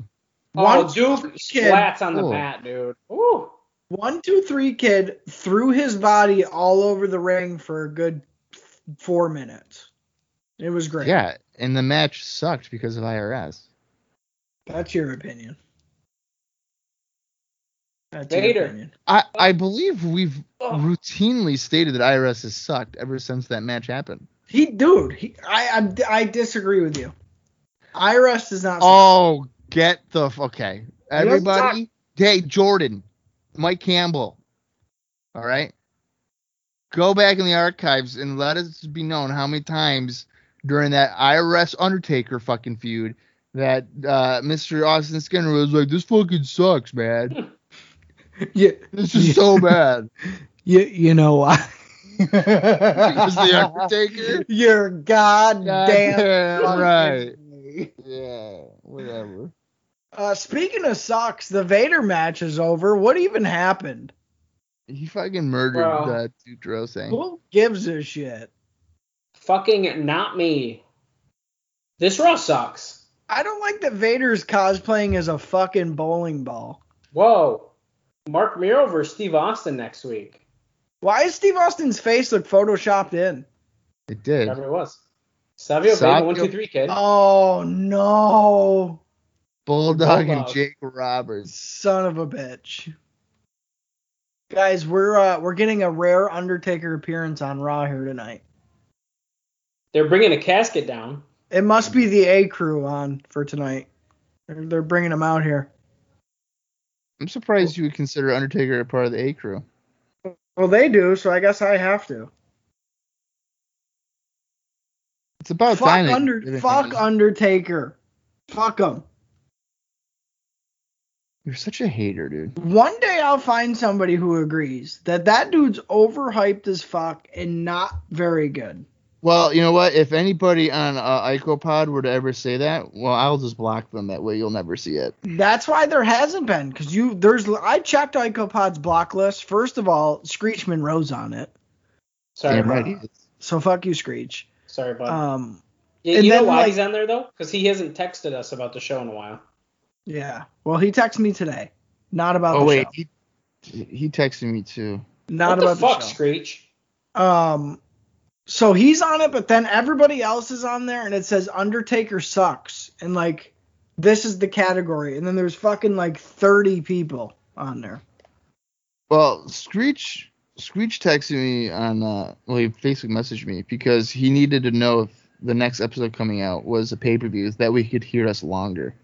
Speaker 3: Oh,
Speaker 4: One,
Speaker 3: Duke
Speaker 4: kid.
Speaker 3: splats on the
Speaker 2: Ooh.
Speaker 3: mat, dude. Ooh.
Speaker 4: one, two, three kid threw his body all over the ring for a good f- four minutes. It was great.
Speaker 2: Yeah, and the match sucked because of IRS.
Speaker 4: That's your opinion. That's
Speaker 3: Vader.
Speaker 4: your opinion.
Speaker 2: I I believe we've
Speaker 3: Oh.
Speaker 2: routinely stated that IRS has sucked ever since that match happened.
Speaker 4: He, dude, he, I, I, I disagree with you. IRS does not.
Speaker 2: Oh, get the f- okay,
Speaker 4: doesn't
Speaker 2: everybody. Hey, Jordan, Mike Campbell. All right, go back in the archives and let us be known how many times during that IRS Undertaker fucking feud that uh, Mr. Austin Skinner was like, "This fucking sucks, man.
Speaker 4: (laughs) you,
Speaker 2: This is so bad."
Speaker 4: you, you know why?
Speaker 2: Because the Undertaker.
Speaker 4: (laughs)
Speaker 2: (laughs)
Speaker 4: You're goddamn
Speaker 2: Goddamn
Speaker 4: (laughs) fucking
Speaker 2: right.
Speaker 4: right.
Speaker 2: Yeah, whatever.
Speaker 4: Uh, speaking of socks, the Vader match is over. What even happened?
Speaker 2: He fucking murdered
Speaker 3: Well.
Speaker 2: uh, Dutro saying.
Speaker 4: Who gives a shit?
Speaker 3: Fucking not me. This Raw sucks.
Speaker 4: I don't like that Vader's cosplaying as a fucking bowling ball.
Speaker 3: Whoa. Mark Miro versus Steve Austin next week.
Speaker 4: Why is Steve Austin's face look photoshopped in?
Speaker 2: It did.
Speaker 3: Whatever it was. Savio,
Speaker 2: Savio-
Speaker 3: baby, one, two, three, kid.
Speaker 4: Oh no,
Speaker 2: Bulldog, and
Speaker 3: Bulldog.
Speaker 2: Jake Roberts.
Speaker 4: son of a bitch! Guys, we're uh, we're getting a rare Undertaker appearance on Raw here tonight.
Speaker 3: They're bringing a casket down.
Speaker 4: It must be the A crew on for tonight. They're, they're bringing them out here.
Speaker 2: I'm surprised you would consider Undertaker a part of the A crew.
Speaker 4: Well, they do, so I guess I have to.
Speaker 2: Oh, It's about
Speaker 4: fuck
Speaker 2: time. they
Speaker 4: under,
Speaker 2: did it.
Speaker 4: fuck Undertaker. Fuck him.
Speaker 2: You're such a hater, dude.
Speaker 4: One day I'll find somebody who agrees that that dude's overhyped as fuck and not very good.
Speaker 2: Well, you know what? If anybody on uh, IcoPod were to ever say that, well, I'll just block them. That way, you'll never see it.
Speaker 4: That's why there hasn't been because you there's I checked IcoPod's block list. First of all, Screech Monroe's on it,
Speaker 3: Sorry,
Speaker 2: Damn
Speaker 3: bud.
Speaker 2: right. he is.
Speaker 4: so fuck you, Screech.
Speaker 3: Sorry, bud.
Speaker 4: Um,
Speaker 3: yeah,
Speaker 4: and
Speaker 3: you know
Speaker 4: then,
Speaker 3: why
Speaker 4: like-
Speaker 3: he's on there, though? Because he hasn't texted us about the show in a while.
Speaker 4: yeah. Well, he texted me today, not about
Speaker 2: Oh
Speaker 4: the
Speaker 2: wait,
Speaker 4: show,
Speaker 2: he, he texted me too.
Speaker 3: what
Speaker 4: not about
Speaker 3: the fuck,
Speaker 4: show.
Speaker 3: Screech?
Speaker 4: Um, so he's on it, but then everybody else is on there, and it says Undertaker sucks, and like this is the category, and then there's fucking like 30 people on there.
Speaker 2: Well, Screech Screech texted me on uh well he basically messaged me because he needed to know if the next episode coming out was a pay per view that we could hear us longer.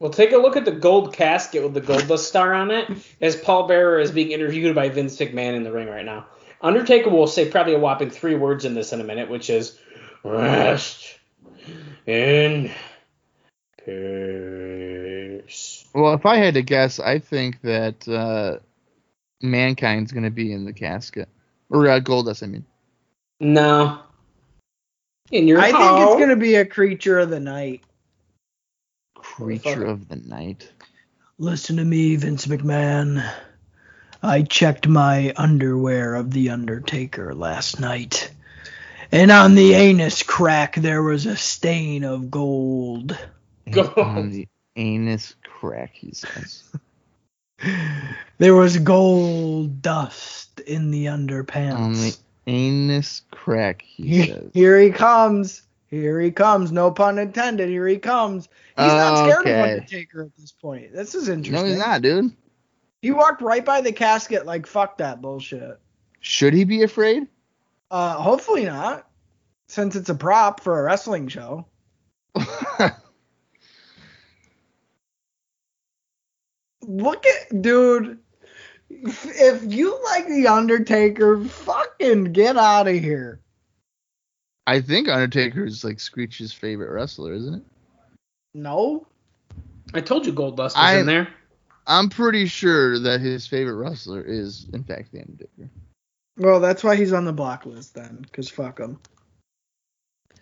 Speaker 3: Well, take a look at the gold casket with the gold dust star on it as Paul Bearer is being interviewed by Vince McMahon in the ring right now. Undertaker will say probably a whopping three words in this in a minute, which is rest in peace.
Speaker 2: Well, if I had to guess, I think that uh mankind's gonna be in the casket. Or uh, Goldust, I mean.
Speaker 3: No. In your
Speaker 4: I think
Speaker 3: house.
Speaker 4: it's gonna be a creature of the night.
Speaker 2: Creature of the night.
Speaker 4: Listen to me, Vince McMahon. I checked my underwear of The Undertaker last night. And on the anus crack, there was a stain of gold.
Speaker 3: Gold.
Speaker 2: (laughs) On the anus crack, he says.
Speaker 4: There was gold dust in the underpants.
Speaker 2: On the anus crack, he says.
Speaker 4: Here he comes. Here he comes. No pun intended. Here he comes. He's not scared of
Speaker 2: Okay.
Speaker 4: Undertaker at this point. This is
Speaker 2: No,
Speaker 4: interesting.
Speaker 2: he's not, dude.
Speaker 4: He walked right by the casket like fuck that bullshit.
Speaker 2: Should he be afraid? (laughs)
Speaker 4: Uh, hopefully not, since it's a prop for a wrestling show. Look at dude. If if you like the Undertaker, fucking get out of here.
Speaker 2: I think Undertaker is like Screech's favorite wrestler, isn't it?
Speaker 4: No,
Speaker 3: I told you Gold Dust was
Speaker 2: I-
Speaker 3: in there.
Speaker 2: I'm pretty sure that his favorite wrestler is, in fact, the Undertaker.
Speaker 4: Well, that's why he's on the block list then, because fuck him.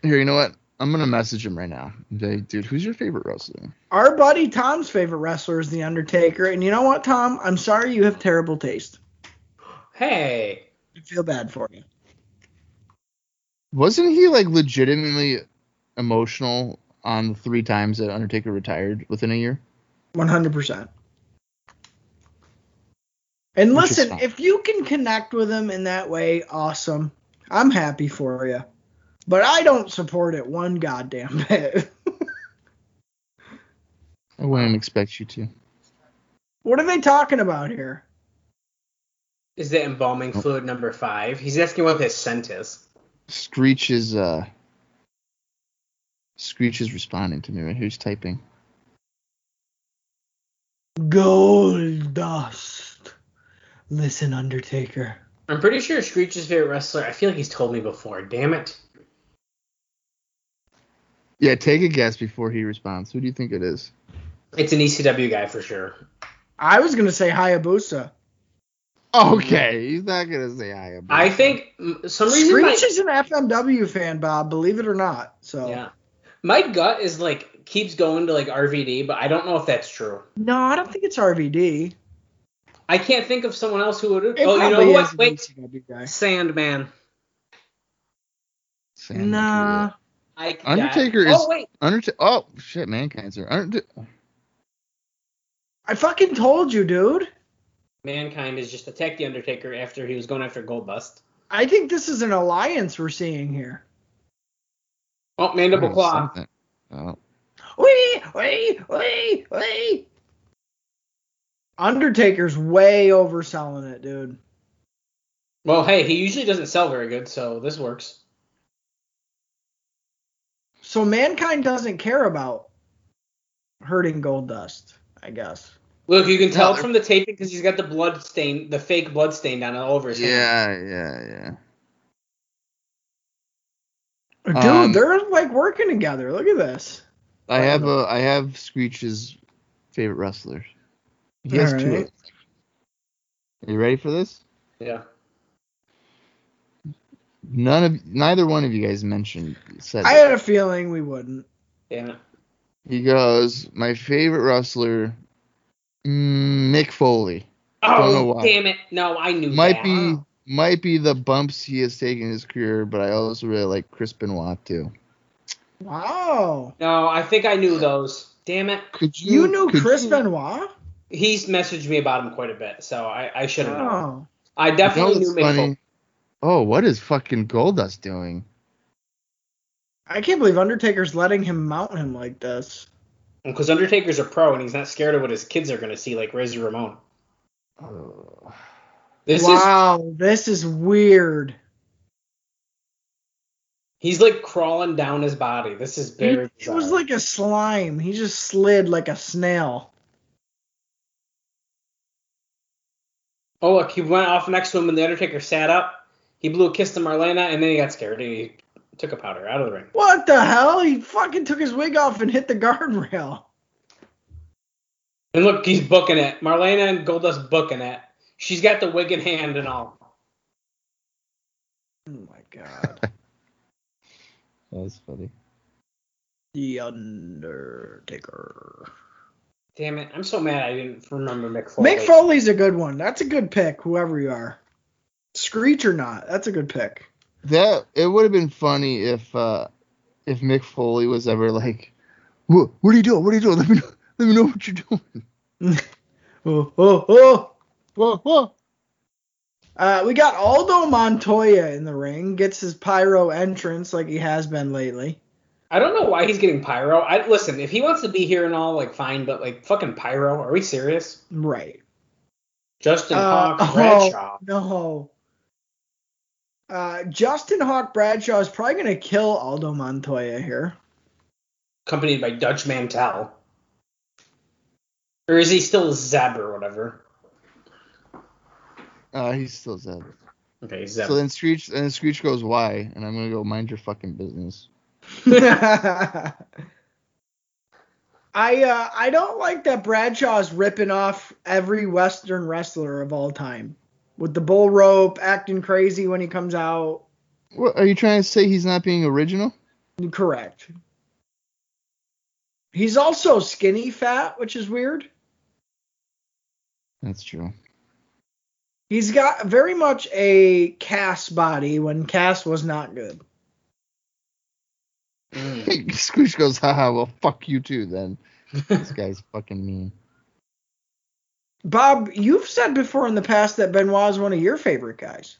Speaker 2: Here, you know what? I'm gonna message him right now. Hey, dude, who's your favorite wrestler?
Speaker 4: Our buddy Tom's favorite wrestler is The Undertaker. And you know what, Tom? I'm sorry you have terrible taste.
Speaker 3: Hey,
Speaker 4: I feel bad for you.
Speaker 2: Wasn't he like legitimately emotional on the three times that Undertaker retired within a year?
Speaker 4: 100%. And
Speaker 2: Which is
Speaker 4: listen,
Speaker 2: fine.
Speaker 4: if you can connect with him in that way, awesome. I'm happy for you. But I don't support it one goddamn (laughs) bit.
Speaker 2: I wouldn't expect you to.
Speaker 4: what are they talking about here?
Speaker 3: is that
Speaker 4: Oh.
Speaker 3: embalming fluid number five? He's asking what his scent is.
Speaker 2: Screech is uh Screech is responding to me right here. He's typing.
Speaker 4: Gold dust. Listen, Undertaker.
Speaker 3: I'm pretty sure Screech's favorite wrestler. I feel like he's told me before. Damn it.
Speaker 2: Yeah, take a guess before he responds. Who do you think it is?
Speaker 3: It's an ECW guy for sure.
Speaker 4: I was gonna say Hayabusa.
Speaker 2: Okay, he's not gonna say I am.
Speaker 3: I think mm, some reason my,
Speaker 4: Screech is an FMW fan, Bob. Believe it or not.
Speaker 2: Oh.
Speaker 4: So
Speaker 3: yeah, my gut is like keeps going to like RVD, but I don't know if that's true.
Speaker 4: no, I don't think it's RVD.
Speaker 3: I can't think of someone else who would.
Speaker 4: It
Speaker 3: oh, you know
Speaker 4: probably is
Speaker 3: what?
Speaker 4: an
Speaker 3: Wait,
Speaker 4: ECW guy.
Speaker 3: Sandman.
Speaker 2: Sam
Speaker 4: nah.
Speaker 2: Nakula.
Speaker 3: I got-
Speaker 2: Undertaker
Speaker 3: oh,
Speaker 2: is-
Speaker 3: wait.
Speaker 2: Undertaker. Oh shit, mankind's there. Undert-
Speaker 4: I fucking told you, dude.
Speaker 3: Mankind has just attacked the Undertaker after he was going after Goldust.
Speaker 4: I think this is an alliance we're seeing here.
Speaker 3: Oh, mandible
Speaker 2: Oh,
Speaker 3: claw.
Speaker 2: something. Oh,
Speaker 4: Wee, wee, wee, wee. Undertaker's way overselling it, dude.
Speaker 3: Well, hey, he usually doesn't sell very good, so this works.
Speaker 4: So mankind doesn't care about hurting gold dust, I guess.
Speaker 3: Look, you can tell
Speaker 2: No,
Speaker 3: from the taping because he's got the blood stain, the fake blood stain down all over his hand.
Speaker 2: yeah, yeah, yeah.
Speaker 4: Dude,
Speaker 2: Um,
Speaker 4: they're like working together. Look at this.
Speaker 2: I have a I have Screech's favorite wrestler. He has two.
Speaker 4: Alright.
Speaker 2: of them. You ready for this?
Speaker 3: Yeah.
Speaker 2: None of neither one of you guys mentioned said.
Speaker 4: I
Speaker 2: it.
Speaker 4: had a feeling we wouldn't.
Speaker 3: Damn it.
Speaker 2: He goes, my favorite wrestler, mm, Mick Foley. Don't know
Speaker 3: Oh,
Speaker 2: why.
Speaker 3: damn it. No, I knew
Speaker 2: Might
Speaker 3: that.
Speaker 2: be might be the bumps he has taken in his career, but I also really like Chris Benoit too.
Speaker 4: Wow.
Speaker 3: No, I think I knew those. Damn it.
Speaker 2: Could you?
Speaker 4: You knew
Speaker 2: Hmm, could
Speaker 4: Chris
Speaker 2: you-
Speaker 4: Benoit?
Speaker 3: He's messaged me about him quite a bit, so I, I should have known.
Speaker 4: Oh.
Speaker 3: I
Speaker 2: you know
Speaker 3: definitely
Speaker 2: what's
Speaker 3: knew Mick Foley.
Speaker 2: Oh, what is fucking Goldust doing?
Speaker 4: I can't believe Undertaker's letting him mount him like this.
Speaker 3: Because Undertaker's a pro and he's not scared of what his kids are going to see, like Razor Ramon.
Speaker 2: Oh.
Speaker 3: This is
Speaker 4: wow, this is weird.
Speaker 3: He's like crawling down his body. This is
Speaker 4: He,
Speaker 3: very.
Speaker 4: he was
Speaker 3: bizarre.
Speaker 4: like a slime. He just slid like a snail.
Speaker 3: oh look, he went off next to him, and the Undertaker sat up. He blew a kiss to Marlena, and then he got scared and he took a powder out of the ring.
Speaker 4: What the hell? He fucking took his wig off and hit the (laughs) guardrail. Oh
Speaker 3: And look, he's booking it. Marlena and Goldust booking it. She's got the wig in hand and all.
Speaker 4: Oh my god.
Speaker 2: That's funny.
Speaker 4: the Undertaker.
Speaker 3: Damn it! I'm so mad I didn't remember Mick Foley.
Speaker 4: Mick Foley's a good one. That's a good pick, whoever you are. Screech or not, that's a good pick. (laughs)
Speaker 2: That it would have been funny if uh if Mick Foley was ever like, what, what are you doing? What are you doing? Let me know, let me know what you're doing.
Speaker 4: Oh, oh, oh.
Speaker 2: Whoa, whoa.
Speaker 4: Uh, we got Aldo Montoya in the ring. Gets his pyro entrance like he has been lately.
Speaker 3: I don't know why he's getting pyro. I listen. If he wants to be here and all, like fine, but like fucking pyro. Are we serious?
Speaker 4: Right.
Speaker 3: Justin
Speaker 4: Uh,
Speaker 3: Hawk
Speaker 4: oh.
Speaker 3: Bradshaw.
Speaker 4: No. Uh, Justin Hawk Bradshaw is probably going to kill Aldo Montoya here. (laughs)
Speaker 3: accompanied by Dutch Mantel. Or is he still Zeb or whatever?
Speaker 2: Uh, he's still Zeb.
Speaker 3: Okay, Zeb.
Speaker 2: So then Screech and then Screech goes, why? And I'm gonna go mind your fucking business.
Speaker 4: I uh, I don't like that Bradshaw's ripping off every Western wrestler of all time with the bull rope, acting crazy when he comes out.
Speaker 2: What are you trying to say? He's not being original?
Speaker 4: Correct. He's also skinny fat, which is weird.
Speaker 2: That's true. (laughs)
Speaker 4: He's got very much a Cass body when Cass was not good.
Speaker 3: Mm.
Speaker 2: Scrooge goes, haha, well, fuck you too then. This guy's fucking mean.
Speaker 4: Bob, you've said before in the past that Benoit is one of your favorite guys.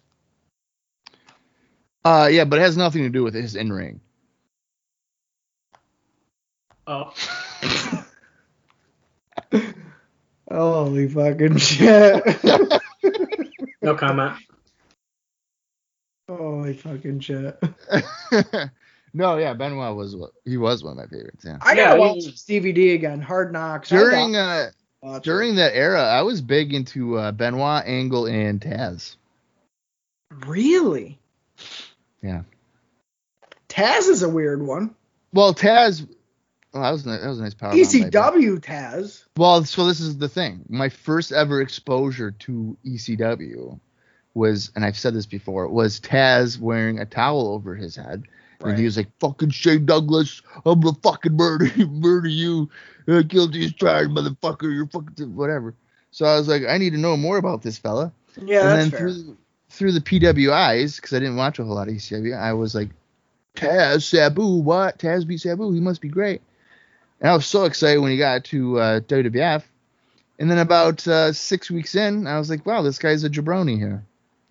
Speaker 2: Uh, yeah, but it has nothing to do with his in ring.
Speaker 3: oh.
Speaker 4: Holy fucking (laughs) shit.
Speaker 3: No comment.
Speaker 4: Holy fucking shit.
Speaker 2: (laughs) no, yeah, Benoit was what he was one of my favorites. Yeah.
Speaker 4: I
Speaker 3: Yeah,
Speaker 4: gotta watch
Speaker 3: he-
Speaker 4: this DVD again. Hard knocks. I
Speaker 2: During
Speaker 4: gotta
Speaker 2: uh
Speaker 4: watch it.
Speaker 2: during that era, I was big into uh, Benoit, Angle, and Taz.
Speaker 4: Really?
Speaker 2: Yeah.
Speaker 4: Taz is a weird one.
Speaker 2: Well, Taz, well, that was ni- that was a nice power. bomb by
Speaker 4: E
Speaker 2: Benoit.
Speaker 4: ECW Taz.
Speaker 2: Well, so this is the thing. My first ever exposure to ECW was, and I've said this before, was Taz wearing a towel over his head. And he was like, fucking Shane Douglas, I'm gonna fucking murder you, murder you. Uh, guilty as charged, motherfucker. You're fucking, whatever. So I was like, I need to know more about this fella
Speaker 4: Yeah,
Speaker 2: and then
Speaker 4: that's fair.
Speaker 2: through through the PWIs, because I didn't watch a whole lot of ECW, I was like, Taz Sabu, what? Taz beat Sabu, he must be great. And I was so excited when he got to uh, WWF. And then about uh, six weeks in, I was like, wow, this guy's a jabroni here.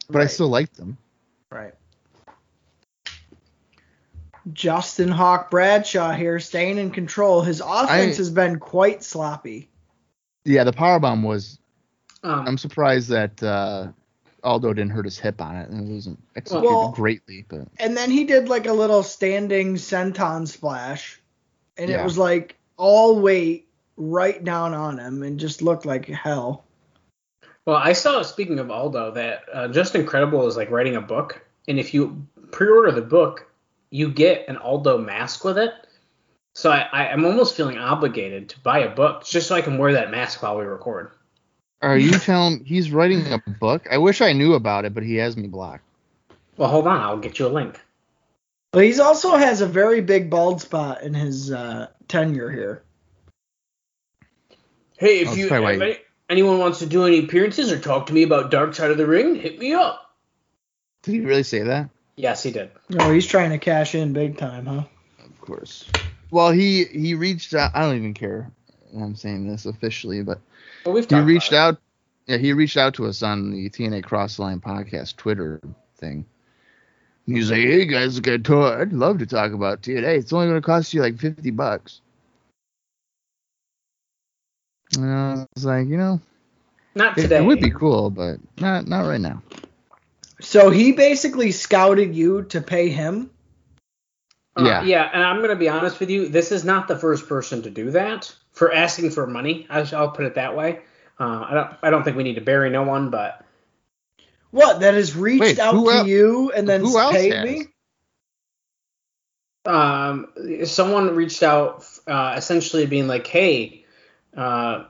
Speaker 2: But I
Speaker 4: Right.
Speaker 2: still liked him.
Speaker 4: Right. Justin Hawk Bradshaw here, staying in control. His offense
Speaker 2: I-
Speaker 4: has been quite sloppy.
Speaker 2: Yeah, the powerbomb was.
Speaker 3: Um,
Speaker 2: I'm surprised that uh, Aldo didn't hurt his hip on it and it wasn't executed
Speaker 4: Well-
Speaker 2: greatly. But
Speaker 4: And then he did like a little standing senton splash, and
Speaker 2: Yeah.
Speaker 4: it was like all weight right down on him, and just looked like hell.
Speaker 3: Well, I saw, speaking of Aldo, that uh, Just Incredible is like writing a book. And if you pre order the book, you get an Aldo mask with it. So I, I, I'm almost feeling obligated to buy a book just so I can wear that mask while we record.
Speaker 2: are
Speaker 4: (laughs)
Speaker 2: you telling he's writing a book? I wish I knew about it, but he has me blocked.
Speaker 3: Well, hold on. I'll get you a link.
Speaker 4: But he's also has a very big bald spot in his uh, tenure here.
Speaker 3: Hey, if
Speaker 2: Oh,
Speaker 3: you
Speaker 2: try
Speaker 3: if
Speaker 2: white.
Speaker 3: any, anyone wants to do any appearances or talk to me about Dark Side of the Ring, hit me up.
Speaker 2: Did he really say that?
Speaker 3: Yes, he did.
Speaker 4: No, Oh, he's trying to cash in big time, huh?
Speaker 2: Of course. Well, he he reached out. I don't even care. that I'm saying this officially, but
Speaker 3: Well, we've
Speaker 2: he
Speaker 3: talked
Speaker 2: reached
Speaker 3: about
Speaker 2: out. Yeah, he reached out to us on the TNA Crossline podcast Twitter thing. And he's like, "Hey guys, I got tour. I'd love to talk about TNA. It's only going to cost you like 50 bucks." And I was like, you know,
Speaker 3: it. Not
Speaker 2: it,
Speaker 3: today.
Speaker 2: it would be cool, but not not right now.
Speaker 4: So he basically scouted you to pay him.
Speaker 3: Uh,
Speaker 2: Yeah.
Speaker 3: Yeah, and I'm going to be honest with you. This is not the first person to do that for asking for money. I, sh- I'll put it that way. Uh, I don't. I don't think we need to bury no one, but
Speaker 4: What? That has reached
Speaker 2: Wait,
Speaker 4: out
Speaker 2: who
Speaker 4: to
Speaker 2: el-
Speaker 4: you and then
Speaker 2: who else
Speaker 4: paid
Speaker 2: has?
Speaker 4: me?
Speaker 3: um, someone reached out, uh, essentially being like, "Hey, uh,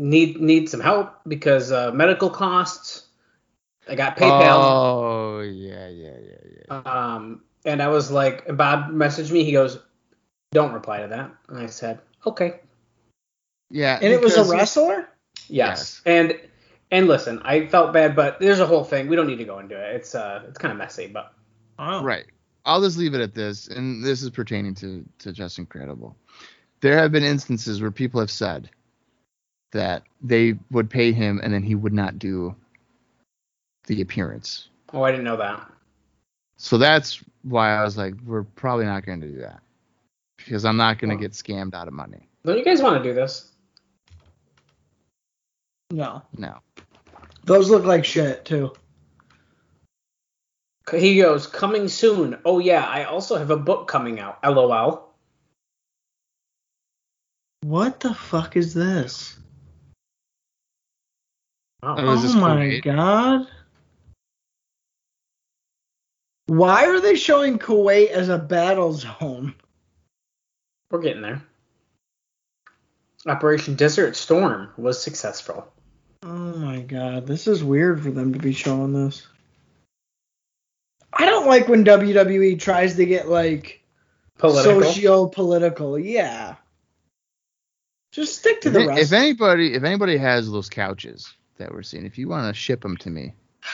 Speaker 3: need need some help because uh, medical costs. I got PayPal."
Speaker 2: Oh yeah, yeah, yeah, yeah.
Speaker 3: Um, and I was like, Bob messaged me. He goes, "Don't reply to that." And I said, "Okay,
Speaker 2: Yeah.
Speaker 4: And it was a
Speaker 2: because-
Speaker 4: wrestler?
Speaker 3: yes."
Speaker 2: Yes.
Speaker 3: And and listen, I felt bad, but there's a whole thing. We don't need to go into it. It's uh, it's kind of messy, but
Speaker 4: Oh.
Speaker 2: Right. I'll just leave it at this, and this is pertaining to to just incredible. There have been instances where people have said that they would pay him, and then he would not do the appearance.
Speaker 3: oh, I didn't know that.
Speaker 2: So that's why I was like, we're probably not going to do that because I'm not going to
Speaker 3: Wow.
Speaker 2: get scammed out of money.
Speaker 3: Don't you guys want to do this?
Speaker 4: No.
Speaker 2: No.
Speaker 4: Those look like shit too.
Speaker 3: C- He goes, "Coming soon." Oh yeah, I also have a book coming out. LOL.
Speaker 4: What the fuck is this?
Speaker 2: It
Speaker 3: Wow.
Speaker 2: was
Speaker 4: Oh
Speaker 2: just
Speaker 4: my
Speaker 2: Kuwait.
Speaker 4: god. Why are they showing Kuwait as a battle zone?
Speaker 3: We're getting there. Operation Desert Storm was successful.
Speaker 4: Oh my god, this is weird for them to be showing this. E I don't like when WWE tries to get like
Speaker 3: Political.
Speaker 4: socio-political. Yeah. Just stick to
Speaker 2: If,
Speaker 4: the
Speaker 2: any- if
Speaker 4: rest.
Speaker 2: anybody if anybody has those couches that we're seeing, if you want to ship them to me,
Speaker 4: (sighs)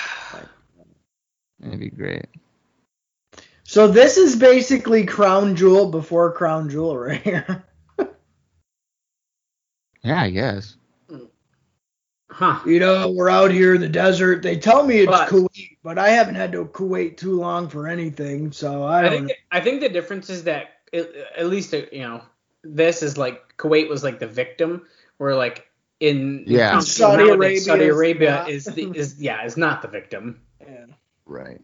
Speaker 2: that'd be great.
Speaker 4: so this is basically crown jewel before crown jewel right here. (laughs)
Speaker 2: Yeah, I guess.
Speaker 3: Huh.
Speaker 4: You know, we're out here in the desert. They tell me it's
Speaker 3: But-
Speaker 4: Kuwait, but I haven't had to Kuwait too long for anything, so I
Speaker 3: I
Speaker 4: don't.
Speaker 3: think I think the difference is that it, at least uh, you know this is like Kuwait was like the victim, where like in
Speaker 2: Yeah.
Speaker 3: in
Speaker 4: Saudi
Speaker 3: nowadays,
Speaker 4: Arabia
Speaker 3: Saudi
Speaker 4: is
Speaker 3: Arabia
Speaker 4: not.
Speaker 3: is the, is yeah is not the victim.
Speaker 4: know.
Speaker 2: Right.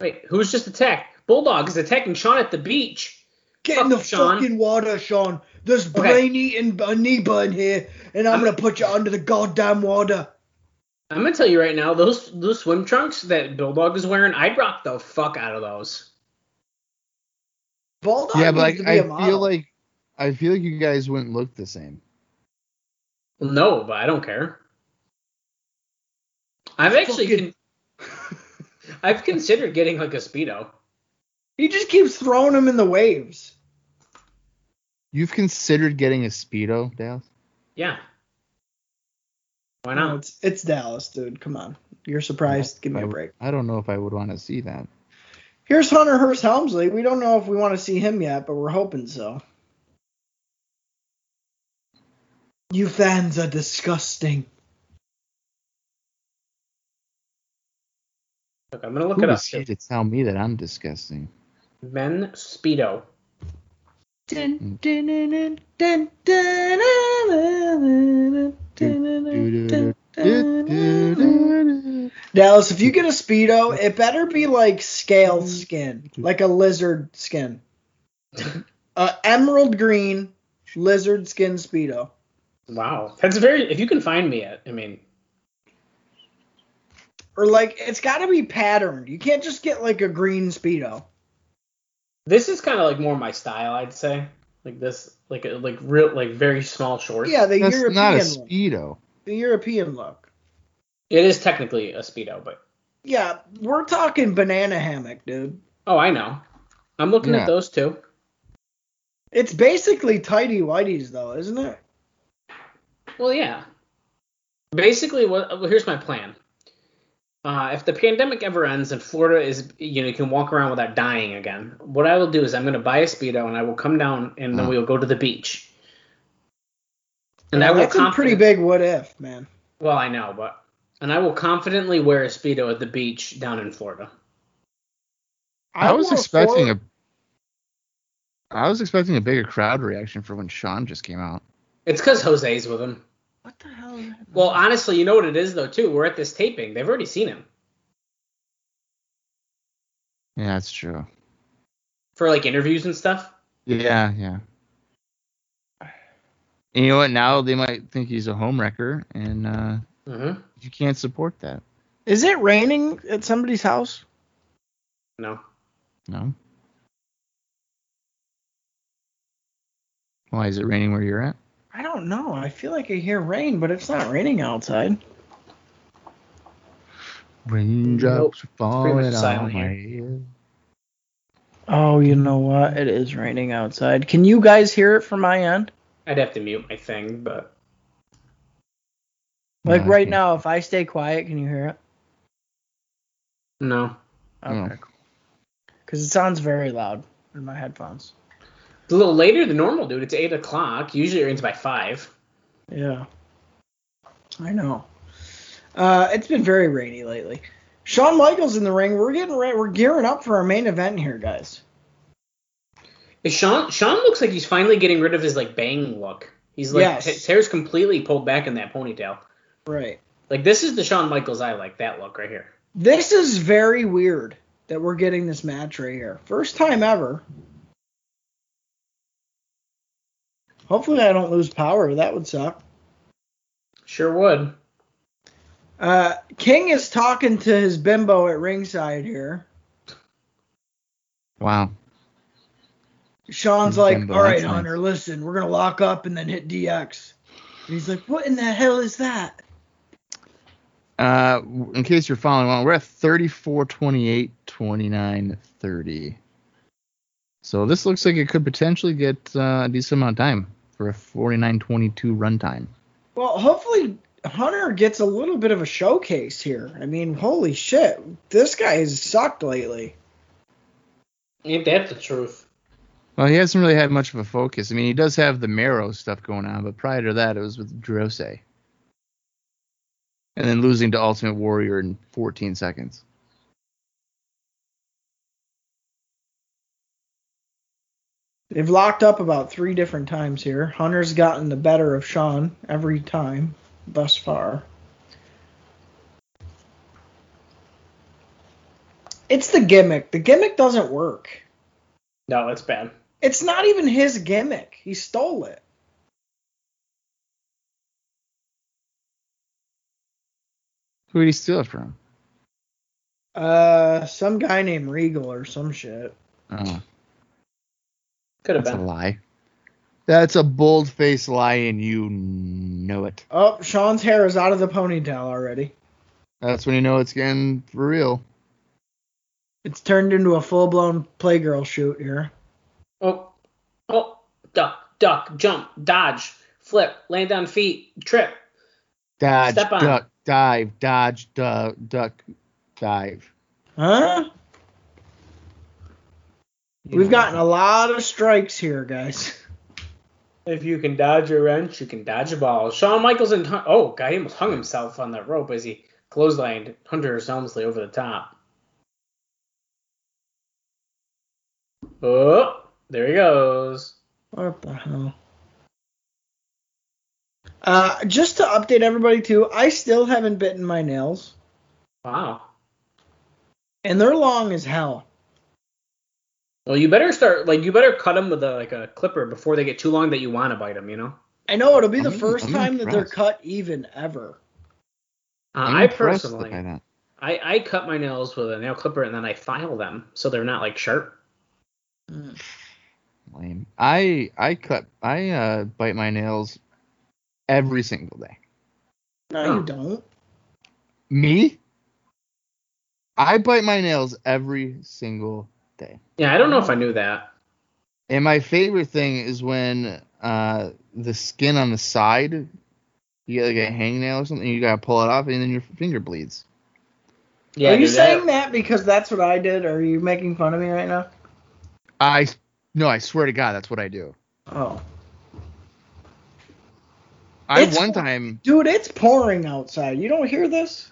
Speaker 3: Wait, who's just attacked? Bulldog is attacking Sean at the beach.
Speaker 4: Get in the
Speaker 3: Fuck, Sean.
Speaker 4: fucking water, Sean. There's
Speaker 3: Okay.
Speaker 4: brain eating amoeba in here, and I'm gonna put you under the goddamn water.
Speaker 3: I'm gonna tell you right now, those those swim trunks that Bulldog is wearing, I'd rock the fuck out of those.
Speaker 4: Bulldog
Speaker 2: yeah, but like,
Speaker 4: needs to be
Speaker 2: I
Speaker 4: a
Speaker 2: feel
Speaker 4: model.
Speaker 2: like I feel like you guys wouldn't look the same.
Speaker 3: Well, no, but I don't care. I've actually
Speaker 4: Fucking-
Speaker 3: con- (laughs) I've considered getting like a speedo.
Speaker 4: he just keeps throwing him in the waves.
Speaker 2: You've considered getting a speedo, Dallas?
Speaker 3: Yeah. Why
Speaker 4: No,
Speaker 3: not?
Speaker 4: it's it's Dallas, dude. Come on, you're surprised. Give me a
Speaker 2: I-
Speaker 4: break.
Speaker 2: I don't know if I would want to see that.
Speaker 4: Here's Hunter Hearst Helmsley. We don't know if we want to see him yet, but we're hoping so. You fans are disgusting.
Speaker 3: Look, I'm gonna look
Speaker 2: Who
Speaker 3: it up.
Speaker 2: is he to tell me that I'm disgusting?
Speaker 3: Men speedo.
Speaker 2: Mm.
Speaker 4: Dun, dun, dun, dun, dun, dun, dun, dun, dun, dun, dun, dun, dun. Dallas, if you get a speedo, it better be like scale skin,
Speaker 2: Mm.
Speaker 4: like a lizard skin, uh, emerald green lizard skin speedo.
Speaker 3: Wow, that's very. If you can find me, at, I mean,
Speaker 4: Or like it's got to be patterned. You can't just get like a green speedo.
Speaker 3: this is kind of like more my style, I'd say. Like this, like a, like real, like very small shorts.
Speaker 4: Yeah, the
Speaker 2: That's
Speaker 4: European
Speaker 2: not a
Speaker 4: look.
Speaker 2: speedo.
Speaker 4: The European look.
Speaker 3: It is technically a speedo, but
Speaker 4: Yeah, we're talking banana hammock, dude.
Speaker 3: oh, I know. I'm looking
Speaker 2: Yeah.
Speaker 3: at those two.
Speaker 4: It's basically tidy whities though, isn't it?
Speaker 3: Well, yeah. Basically, what well, here's my plan. Uh, if the pandemic ever ends and Florida is, you know, you can walk around without dying again, what I will do is I'm going to buy a speedo and I will come down and
Speaker 4: Uh-huh.
Speaker 3: then
Speaker 2: Huh.
Speaker 3: we will go to the beach. And
Speaker 4: Yeah,
Speaker 3: I will
Speaker 4: That's a pretty
Speaker 3: confident-
Speaker 4: big what if, man.
Speaker 3: Well, I know, but and I will confidently wear a speedo at the beach down in Florida.
Speaker 2: I, was
Speaker 4: wore
Speaker 2: expecting
Speaker 4: four-
Speaker 2: a I was expecting a bigger crowd reaction for when Sean just came out.
Speaker 3: It's because Jose's with him.
Speaker 4: What the hell? is that?
Speaker 3: Well, honestly, you know what it is though too. We're at this taping. They've already seen him
Speaker 2: Yeah, that's true.
Speaker 3: for like interviews and stuff.
Speaker 2: Yeah, yeah. And you know what? Now they might think he's a home wrecker, and uh,
Speaker 3: Mm-hmm.
Speaker 2: you can't support that.
Speaker 4: Is it raining at somebody's house?
Speaker 3: No.
Speaker 2: No. Why is it raining where you're at?
Speaker 4: I don't know. I feel like I hear rain, but it's not raining outside.
Speaker 2: Raindrops are falling on
Speaker 3: silent
Speaker 2: my
Speaker 3: here.
Speaker 2: head.
Speaker 4: Oh, you know what? It is raining outside. Can you guys hear it from my end?
Speaker 3: I'd have to mute my thing, but
Speaker 4: Like
Speaker 2: No, I
Speaker 4: right
Speaker 2: can't.
Speaker 4: now, if I stay quiet, can you hear it?
Speaker 3: no.
Speaker 2: No.
Speaker 4: Okay. Because it sounds very loud in my headphones.
Speaker 3: It's a little later than normal, dude. It's eight o'clock. Usually it rains by five.
Speaker 4: Yeah. I know. Uh, it's been very rainy lately. Shawn Michaels in the ring. We're getting re- we're gearing up for our main event here, guys.
Speaker 3: Is Sean Sean looks like he's finally getting rid of his like bang look. He's like
Speaker 4: Yes.
Speaker 3: his hair's completely pulled back in that ponytail.
Speaker 4: Right.
Speaker 3: Like this is the Shawn Michaels I like. That look right here.
Speaker 4: This is very weird that we're getting this match right here. First time ever. Hopefully I don't lose power. That would suck.
Speaker 3: Sure would.
Speaker 4: Uh, King is talking to his bimbo at ringside here.
Speaker 2: Wow.
Speaker 4: Sean's
Speaker 2: His
Speaker 4: like,
Speaker 2: bimbo,
Speaker 4: all right,
Speaker 2: that's nice.
Speaker 4: Hunter, listen, we're gonna lock up and then hit DX. And he's like, what in the hell is that?
Speaker 2: Uh, w- in case you're following along, we're at 34, 28, 29, 30. So this looks like it could potentially get uh, a decent amount of time for a 49:22 runtime.
Speaker 4: Well, hopefully Hunter gets a little bit of a showcase here. I mean, holy shit, this guy has sucked lately.
Speaker 3: Ain't that the truth?
Speaker 2: Well, he hasn't really had much of a focus. I mean, he does have the Marrow stuff going on, but prior to that, it was with Drose. And then losing to Ultimate Warrior in 14 seconds.
Speaker 4: They've locked up about three different times here. Hunter's gotten the better of Sean every time thus far. It's the gimmick. The gimmick doesn't work.
Speaker 3: No, it's bad.
Speaker 4: It's not even his gimmick. He stole it.
Speaker 2: Who did he steal it from?
Speaker 4: Uh, some guy named Regal or some shit.
Speaker 2: Oh,
Speaker 3: Could have
Speaker 2: that's a
Speaker 3: been.
Speaker 2: lie. That's a bold faced lie, and you know it.
Speaker 4: Oh, Sean's hair is out of the ponytail already.
Speaker 2: That's when you know it's getting for real.
Speaker 4: It's turned into a full blown playgirl shoot here.
Speaker 3: Oh, oh, duck, duck, jump, dodge, flip, land on feet, trip.
Speaker 2: Dodge,
Speaker 3: Step on.
Speaker 2: duck, dive, dodge, duck, duck, dive.
Speaker 4: Huh?
Speaker 2: You
Speaker 4: We've
Speaker 2: know.
Speaker 4: gotten a lot of strikes here, guys.
Speaker 3: If you can dodge a wrench, you can dodge a ball. Shawn Michaels and Hun- oh, guy he almost hung himself on that rope as he clotheslined Hunter Helmsley over the top. Oh, there he goes.
Speaker 4: What the hell? Uh, just to update everybody too, I still haven't bitten my nails,
Speaker 3: Wow.
Speaker 4: and they're long as hell.
Speaker 3: Well, you better start like you better cut them with a, like a clipper before they get too long that you want to bite them. You know.
Speaker 4: I know it'll be the
Speaker 2: I'm-
Speaker 4: 1st
Speaker 2: I'm
Speaker 4: time that they're
Speaker 2: impressed.
Speaker 4: cut even ever.
Speaker 3: Uh,
Speaker 2: I'm
Speaker 3: I
Speaker 2: impressed
Speaker 3: personally,
Speaker 2: by that.
Speaker 3: I, I cut my nails with a nail clipper and then I file them so they're not like sharp.
Speaker 4: Hmm.
Speaker 2: Lame. I I cut I uh bite my nails every single day.
Speaker 4: No,
Speaker 3: Oh.
Speaker 4: you don't.
Speaker 2: Me? I bite my nails every single day.
Speaker 3: Yeah, I don't know if I knew that.
Speaker 2: And my favorite thing is when uh the skin on the side you get like a hangnail or something, you gotta pull it off and then your finger bleeds.
Speaker 3: Yeah.
Speaker 4: are you
Speaker 3: dude, that-
Speaker 4: saying that because that's what I did? Or are you making fun of me right now?
Speaker 2: I no, I swear to God, that's what I do.
Speaker 4: Oh,
Speaker 2: I
Speaker 4: It's-
Speaker 2: one time
Speaker 4: dude, it's pouring outside. You don't hear this?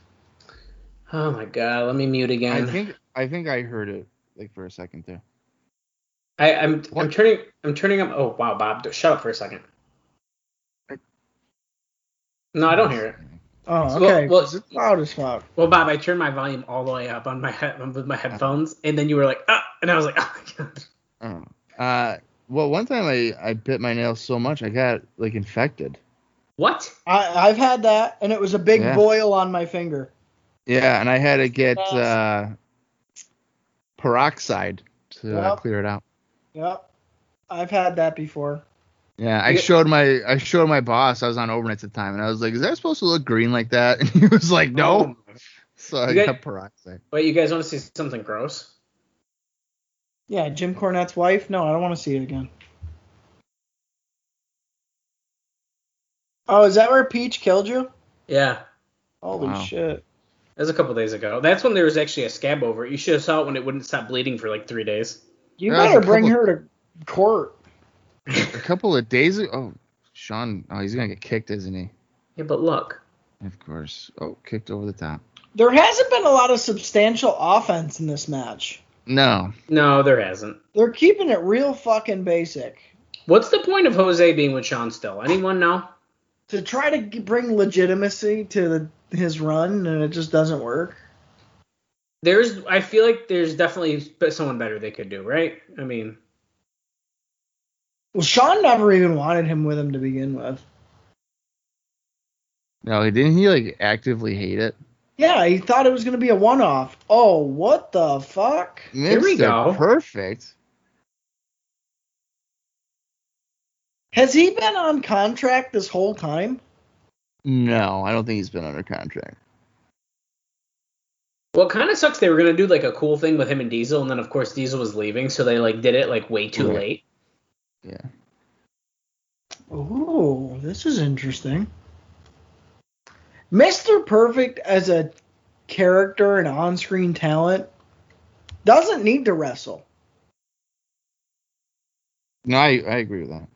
Speaker 3: Oh my god, let me mute
Speaker 2: I
Speaker 3: again.
Speaker 2: think I think I heard it like for a second there.
Speaker 3: I, I'm I'm
Speaker 2: What?
Speaker 3: turning I'm turning up. Oh wow, Bob, d- shut up for a second.
Speaker 2: I-
Speaker 3: No, I don't hear it.
Speaker 4: Oh,
Speaker 3: Well-
Speaker 4: okay.
Speaker 3: well-
Speaker 4: 'cause it's loud as fuck.
Speaker 3: Well, Bob, I turned my volume all the way up on my head with my headphones, and then you were like, ah, and I was like, oh my god. (laughs)
Speaker 2: Oh. Uh, well, one time I, I bit my nails so much I got like infected.
Speaker 3: What?
Speaker 4: I, I've had that, and it was a big
Speaker 2: Yeah.
Speaker 4: boil on my finger.
Speaker 2: Yeah, and I had to get
Speaker 4: Yes.
Speaker 2: uh, peroxide to uh,
Speaker 4: Yep.
Speaker 2: clear it out.
Speaker 4: Yep, I've had that before.
Speaker 2: Yeah, I
Speaker 3: Yeah.
Speaker 2: showed my I showed my boss I was on overnight at the time, and I was like, "Is that supposed to look green like that?" (laughs) And he was like, "No."
Speaker 3: Oh.
Speaker 2: So I
Speaker 3: You got-
Speaker 2: got peroxide.
Speaker 3: Wait, you guys want to see something gross?
Speaker 4: Yeah, Jim Cornette's wife. No, I don't want to see it again. Oh, is that where Peach killed you?
Speaker 3: Yeah,
Speaker 4: Holy
Speaker 2: Wow.
Speaker 4: shit.
Speaker 3: that was a couple days ago. That's when there was actually a scab over. it. You should have saw it when it wouldn't stop bleeding for like three days. (laughs)
Speaker 4: You
Speaker 2: That was
Speaker 4: better
Speaker 2: a
Speaker 4: bring
Speaker 2: couple-
Speaker 4: her to court.
Speaker 2: A couple of days ago, oh, Sean, oh, he's gonna get kicked, isn't he?
Speaker 3: Yeah, but look,
Speaker 2: Of course. Oh, kicked over the top.
Speaker 4: There hasn't been a lot of substantial offense in this match.
Speaker 2: No,
Speaker 3: no, there hasn't.
Speaker 4: They're keeping it real fucking basic
Speaker 3: What's the point of Jose being with Sean still? Anyone know?
Speaker 4: to try to g- bring legitimacy to the, his run, and it just doesn't work.
Speaker 3: There's, I feel like there's definitely someone better they could do, right? I mean,
Speaker 4: Well, Sean never even wanted him with him to begin with.
Speaker 2: no, he didn't. He like actively hate it.
Speaker 4: Yeah, he thought it was going to be a one off. Oh, what the fuck?
Speaker 3: Here we
Speaker 2: Mr.
Speaker 3: go.
Speaker 2: Perfect.
Speaker 4: Has he been on contract this whole time?
Speaker 2: No, I don't think he's been under contract.
Speaker 3: Well, it kind of sucks. They were gonna do like a cool thing with him and Diesel, and then of course Diesel was leaving, so they like did it like way too
Speaker 2: Right.
Speaker 3: late.
Speaker 2: Yeah.
Speaker 4: Oh, this is interesting. Mr. Perfect as a character and on-screen talent doesn't need to wrestle.
Speaker 2: No, I, I agree with that.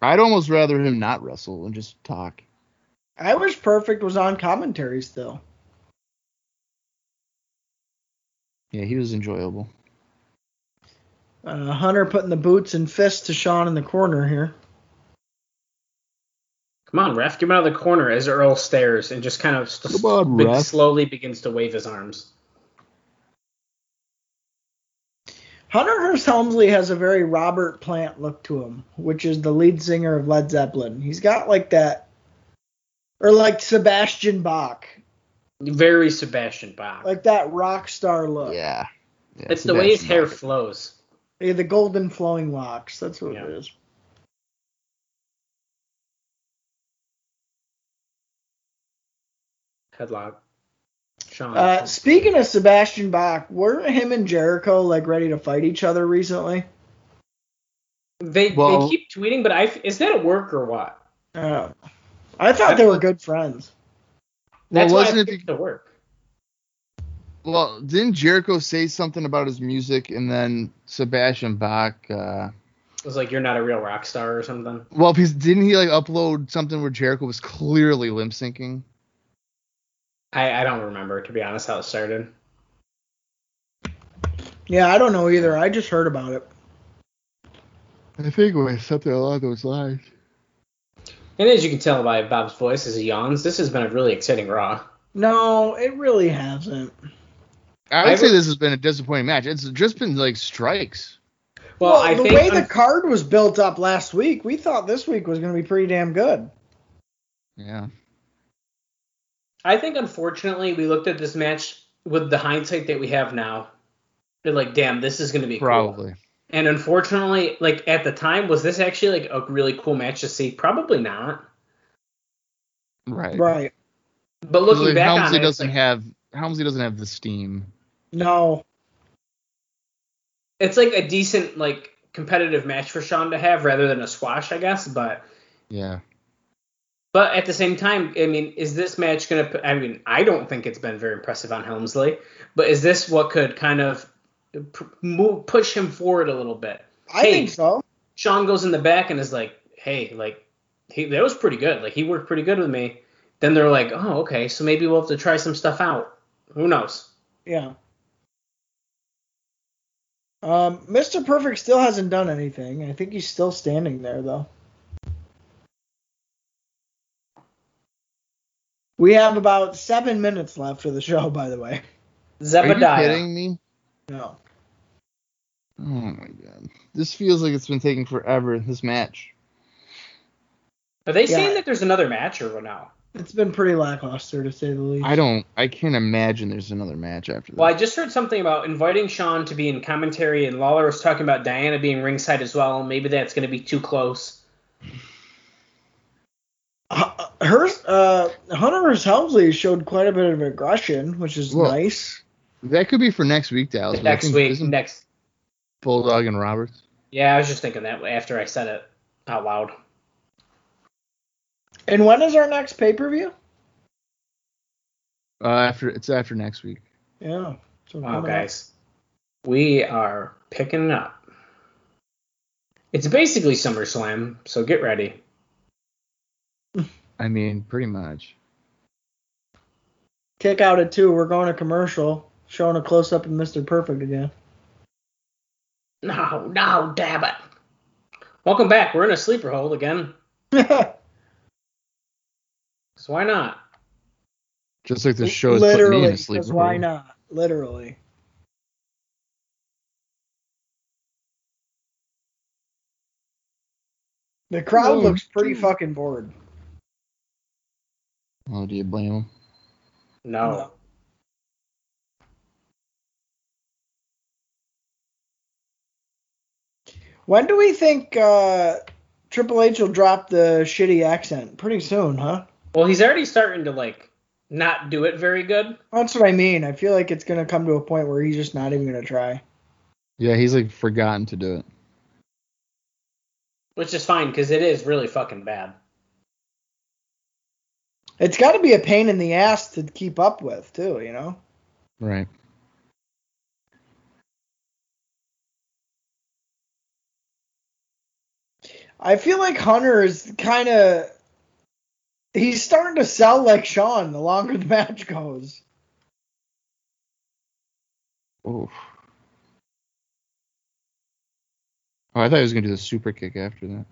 Speaker 2: I'd almost rather him not wrestle and just talk.
Speaker 4: I wish Perfect was on commentary still.
Speaker 2: Yeah, he was enjoyable.
Speaker 4: Uh, Hunter putting the boots and fists to Sean in the corner here.
Speaker 3: Come on, ref, get him out of the corner as Earl stares and just kind of st-
Speaker 2: Come on,
Speaker 3: be-
Speaker 2: ref.
Speaker 3: slowly begins to wave his arms.
Speaker 4: Hunter Hearst Helmsley has a very Robert Plant look to him, which is the lead singer of Led Zeppelin. He's got like that, or like Sebastian Bach,
Speaker 3: Very Sebastian Bach.
Speaker 4: like that rock star look.
Speaker 2: Yeah. yeah
Speaker 3: it's the way his
Speaker 2: Sebastian
Speaker 3: hair
Speaker 2: Bach.
Speaker 3: flows.
Speaker 4: Yeah, the golden flowing locks. That's what
Speaker 3: Yeah.
Speaker 4: it is.
Speaker 3: Headlock. Sean.
Speaker 4: Uh, speaking of Sebastian Bach, weren't him and Jericho like ready to fight each other recently?
Speaker 3: they,
Speaker 2: well-
Speaker 3: they keep tweeting, but I f- is that at work or what?
Speaker 4: Uh, I thought they were good friends.
Speaker 3: That's
Speaker 2: Well,
Speaker 3: why
Speaker 2: wasn't
Speaker 3: I
Speaker 2: it
Speaker 3: picked the work.
Speaker 2: Well, didn't Jericho say something about his music and then Sebastian Bach? Uh,
Speaker 3: It was like you're not a real rock star or something.
Speaker 2: well, because didn't he like upload something where Jericho was clearly limp syncing?
Speaker 3: I, I don't remember to be honest how it started.
Speaker 4: Yeah, I don't know either. I just heard about it.
Speaker 2: I think it was something along those lines.
Speaker 3: And as you can tell by Bob's voice as he yawns, this has been a really exciting Raw.
Speaker 4: No, it really hasn't.
Speaker 2: I would
Speaker 3: I
Speaker 2: say
Speaker 3: would-
Speaker 2: this has been a disappointing match. It's just been like strikes.
Speaker 3: Well, I
Speaker 4: the
Speaker 3: think
Speaker 4: way the
Speaker 3: un-
Speaker 4: card was built up last week, we thought this week was going to be pretty damn good.
Speaker 2: Yeah.
Speaker 3: I think unfortunately we looked at this match with the hindsight that we have now. They're like, damn, this is gonna be cool.
Speaker 2: Probably.
Speaker 3: And unfortunately, like at the time, was this actually like a really cool match to see? Probably not.
Speaker 2: Right.
Speaker 4: Right.
Speaker 3: But
Speaker 2: 'Cause,
Speaker 3: looking
Speaker 2: like,
Speaker 3: back on
Speaker 2: Helmsley
Speaker 3: it, it's
Speaker 2: doesn't
Speaker 3: like,
Speaker 2: have Helmsley doesn't have the steam.
Speaker 4: No.
Speaker 3: it's like a decent like competitive match for Sean to have rather than a squash, I guess. But
Speaker 2: Yeah.
Speaker 3: but at the same time, I mean, is this match gonna? put- I mean, I don't think it's been very impressive on Helmsley, but is this what could kind of p- move, push him forward a little bit?
Speaker 4: I
Speaker 3: Hey.
Speaker 4: think so.
Speaker 3: Sean goes in the back and is like, "Hey, like, he, that was pretty good. Like, he worked pretty good with me." Then they're like, "Oh, okay, so maybe we'll have to try some stuff out. Who knows?"
Speaker 4: Yeah. Um, Mr. Perfect still hasn't done anything. I think he's still standing there though. We have about seven minutes left of the show, by the way.
Speaker 2: Are you
Speaker 3: Zebediah.
Speaker 2: kidding me?
Speaker 4: No.
Speaker 2: Oh my god. This feels like it's been taking forever. This match.
Speaker 3: Are they
Speaker 4: Yeah.
Speaker 3: saying that there's another match or what now?
Speaker 4: It's been pretty lackluster to say the least.
Speaker 2: I don't. I can't imagine there's another match after
Speaker 3: Well, I
Speaker 2: that.
Speaker 3: just heard something about inviting Sean to be in commentary, and Lawler was talking about Diana being ringside as well. Maybe that's going to be too close.
Speaker 4: Uh, Hurst, uh, Hunter Hearst Helmsley showed quite a bit of aggression, which is
Speaker 2: Well,
Speaker 4: nice.
Speaker 2: That could be for next week, Dallas. but I
Speaker 3: next
Speaker 2: think
Speaker 3: week,
Speaker 2: isn't
Speaker 3: next.
Speaker 2: Bulldog and Roberts.
Speaker 3: Yeah, I was just thinking that after I said it out loud.
Speaker 4: And when is our next pay per view?
Speaker 2: Uh, after it's after next week.
Speaker 4: Oh, Yeah. so
Speaker 3: Wow,
Speaker 4: coming up.
Speaker 3: Oh, guys, we are picking up. It's basically SummerSlam, so get ready.
Speaker 2: I mean, pretty much.
Speaker 4: Kick out at two. We're going to commercial, showing a close up of Mr. Perfect again.
Speaker 3: No, no, dab it. Welcome back. We're in a sleeper hold
Speaker 4: (laughs)
Speaker 3: again. So why not?
Speaker 2: Just like this show is putting me
Speaker 4: Literally,
Speaker 2: in a sleep.
Speaker 4: because why not? Literally. The crowd
Speaker 2: Oh,
Speaker 4: looks pretty
Speaker 2: dude.
Speaker 4: fucking bored.
Speaker 2: Oh, do you blame him?
Speaker 3: No.
Speaker 4: No. When do we think uh, Triple H will drop the shitty accent? Pretty soon, huh?
Speaker 3: Well, he's already starting to like not do it very good.
Speaker 4: That's what I mean. I feel like it's gonna come to a point where he's just not even gonna try.
Speaker 2: Yeah, he's like forgotten to do it.
Speaker 3: Which is fine because it is really fucking bad.
Speaker 4: It's got to be a pain in the ass to keep up with too, you know.
Speaker 2: Right.
Speaker 4: I feel like Hunter is kind of he's starting to sell like Sean the longer (laughs) the match goes.
Speaker 2: Oof. Oh, I thought he was gonna do the super kick after that.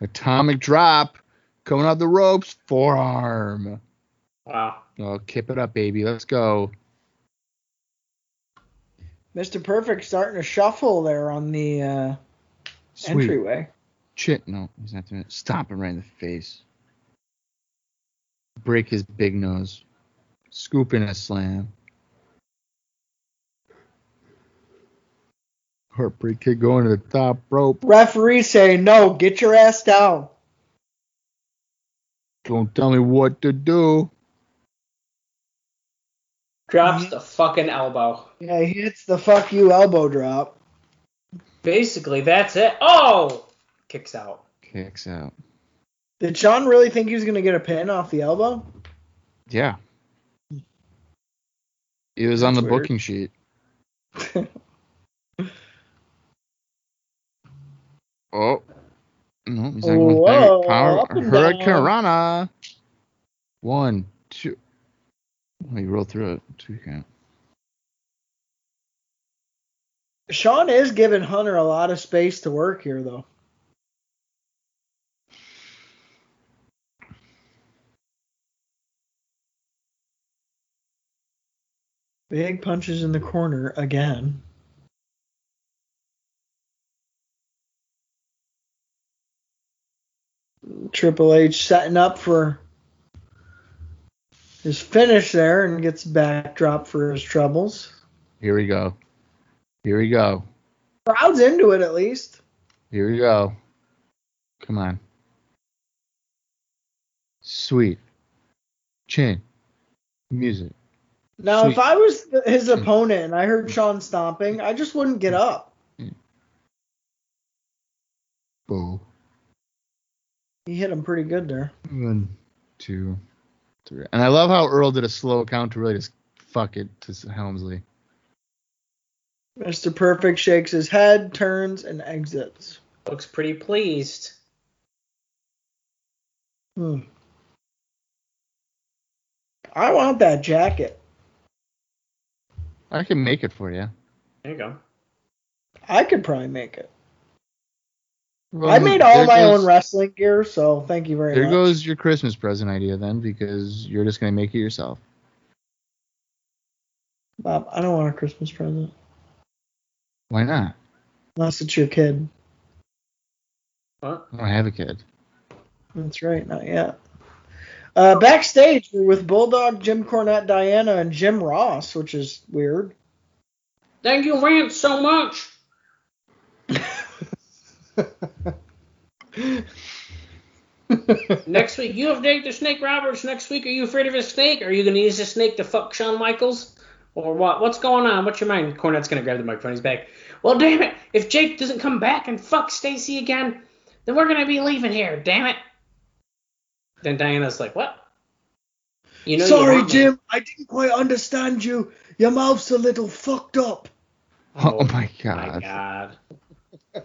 Speaker 2: Atomic drop coming out the ropes, forearm.
Speaker 3: Wow.
Speaker 2: Oh, kip it up, baby. Let's go.
Speaker 4: Mr. Perfect starting to shuffle there on the uh,
Speaker 2: Sweet.
Speaker 4: entryway.
Speaker 2: Shit, no, he's not doing it. Stomp him right in the face. Break his big nose. Scoop in a slam. Heartbreak kick going to the top rope.
Speaker 4: Referee saying no, get your ass down.
Speaker 2: Don't tell me what to do.
Speaker 3: Drops
Speaker 4: Mm-hmm.
Speaker 3: the fucking elbow.
Speaker 4: Yeah, he hits the fuck you elbow drop.
Speaker 3: Basically, that's it. Oh! Kicks out.
Speaker 2: Kicks out.
Speaker 4: Did Sean really think he was gonna get a pin off the elbow?
Speaker 2: Yeah. It was on the
Speaker 4: Hmm. That's weird.
Speaker 2: booking
Speaker 4: (laughs)
Speaker 2: sheet. Oh. No, he's not going
Speaker 4: Whoa,
Speaker 2: back. Power,
Speaker 4: up and
Speaker 2: Hurricanrana. One, two. Oh, he rolled through it. Two count.
Speaker 4: Sean is giving Hunter a lot of space to work here though. Big punches in the corner again. Triple H setting up for his finish there and gets backdrop for his troubles.
Speaker 2: Here we go. Here we go.
Speaker 4: Crowd's into it at least.
Speaker 2: Here we go. Come on. Sweet. Chin. Music.
Speaker 4: Now, if
Speaker 2: Sweet.
Speaker 4: I was th- his opponent and I heard Sean stomping, I just wouldn't get up.
Speaker 2: Boo.
Speaker 4: He hit him pretty good there.
Speaker 2: One, two, three. And I love how Earl did a slow count to really just fuck it to Helmsley.
Speaker 4: Mr. Perfect shakes his head, turns, and exits.
Speaker 3: Looks pretty pleased.
Speaker 4: Hmm. I want that jacket.
Speaker 2: I can make it for you.
Speaker 3: There you go.
Speaker 4: I could probably make it. I made all my own wrestling gear, so thank you very
Speaker 2: There
Speaker 4: much.
Speaker 2: goes your Christmas present idea then, because you're just gonna make it yourself.
Speaker 4: Bob, I don't want a Christmas present
Speaker 2: Why not?
Speaker 4: unless it's your kid.
Speaker 3: What?
Speaker 2: I don't have a kid.
Speaker 4: That's right, not yet. Uh, backstage, we're with Bulldog, Jim Cornette, Diana, and Jim Ross, which is weird.
Speaker 3: Thank you, Rance, so much. next week, you have Jake the Snake Roberts. Next week, are you afraid of a snake? Are you going to use a snake to fuck Shawn Michaels? Or what? What's going on? What's your mind? Cornette's going to grab the microphone. He's back. Well, damn it. If Jake doesn't come back and fuck Stacy again, then we're going to be leaving here. Damn it. Then Diana's like, what? You you
Speaker 4: Sorry,
Speaker 3: want me.
Speaker 4: Jim, I didn't quite understand you. Your mouth's a little fucked up.
Speaker 2: (laughs) Oh, my
Speaker 3: My
Speaker 2: god.
Speaker 3: God. (laughs)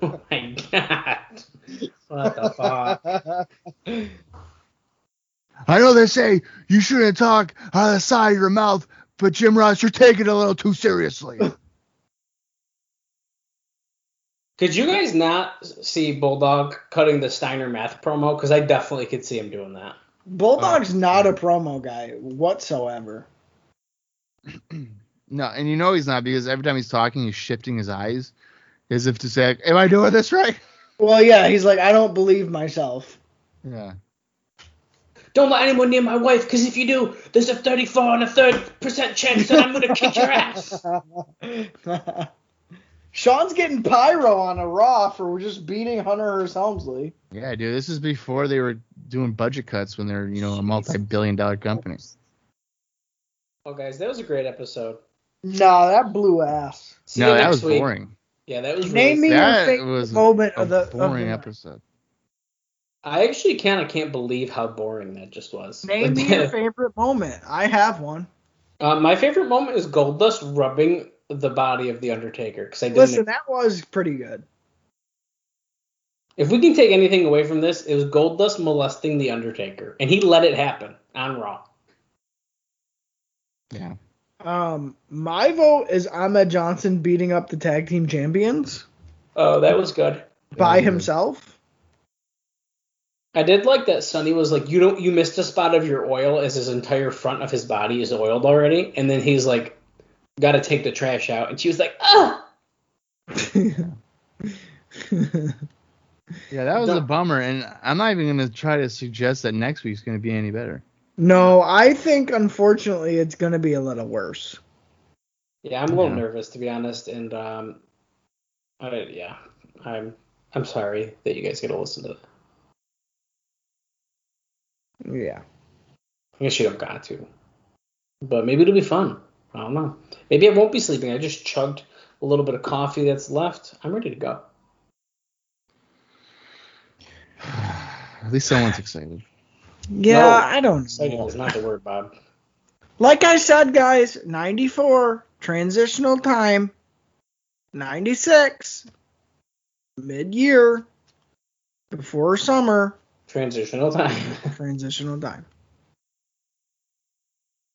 Speaker 3: Oh my God. What the fuck?
Speaker 2: I know they say you shouldn't talk out of the side of your mouth, but Jim Ross, you're taking it a little too (laughs) seriously.
Speaker 3: Could you guys not see Bulldog cutting the Steiner math promo? Because I definitely could see him doing that.
Speaker 4: Bulldog's not a promo guy whatsoever.
Speaker 2: no, and you know he's not because every time he's talking, he's shifting his eyes as if to say, Am I doing this right? (laughs)
Speaker 4: Well, yeah, he's like, I don't believe myself.
Speaker 2: Yeah.
Speaker 3: Don't let anyone near my wife, because if you do, there's a 34 and a third percent chance that I'm going to kick your ass.
Speaker 4: (laughs)
Speaker 3: (laughs)
Speaker 4: Sean's getting pyro on a Raw for just beating Hunter Hearst Helmsley.
Speaker 2: Yeah, dude. This is before they were doing budget cuts when they're, you know, a multi billion dollar company.
Speaker 3: Well, guys, that was a great episode.
Speaker 4: No, that blew ass.
Speaker 3: See
Speaker 2: No,
Speaker 3: you
Speaker 2: that
Speaker 3: next
Speaker 2: was
Speaker 3: week.
Speaker 2: boring.
Speaker 3: Yeah, that was really
Speaker 4: Name me
Speaker 2: That
Speaker 4: your favorite
Speaker 2: was
Speaker 4: moment
Speaker 2: A
Speaker 4: of the of the
Speaker 2: boring
Speaker 4: night.
Speaker 2: episode.
Speaker 3: I actually kind of can't believe how boring that just was.
Speaker 4: Name
Speaker 3: (laughs)
Speaker 4: me your favorite moment. I have one.
Speaker 3: uh, my favorite moment is Goldust rubbing the body of the Undertaker because I didn't.
Speaker 4: Listen, that was pretty good.
Speaker 3: if we can take anything away from this, it was Goldust molesting the Undertaker, and he let it happen on Raw.
Speaker 2: Yeah.
Speaker 4: Um, my vote is Ahmed Johnson beating up the tag team champions
Speaker 3: Oh, that was good.
Speaker 4: by
Speaker 2: Yeah.
Speaker 4: himself.
Speaker 3: I did like that Sonny was like, you don't, you missed a spot of your oil as his entire front of his body is oiled already, and then he's like, got to take the trash out, and she was like, ah.
Speaker 2: Yeah, that was a
Speaker 3: Don't-
Speaker 2: bummer, and I'm not even gonna try to suggest that next week's gonna be any better.
Speaker 4: (laughs)
Speaker 2: (sighs)
Speaker 4: no, I think unfortunately it's gonna be a little worse.
Speaker 3: Yeah, I'm a little
Speaker 2: Yeah.
Speaker 3: nervous to be honest, and um, I, yeah, I'm, I'm sorry that you guys got to listen to that.
Speaker 4: Yeah.
Speaker 3: I guess you don't got to, but maybe it'll be fun. I don't know. Maybe I won't be sleeping. I just chugged a little bit of coffee that's left. I'm ready to go.
Speaker 2: At least someone's excited.
Speaker 4: Yeah,
Speaker 3: No.
Speaker 4: I don't
Speaker 3: Excited
Speaker 4: know.
Speaker 3: is not the word, Bob.
Speaker 4: Like I said, guys, 94 transitional time, 96 mid-year before summer
Speaker 3: Transitional time. (laughs)
Speaker 4: transitional time.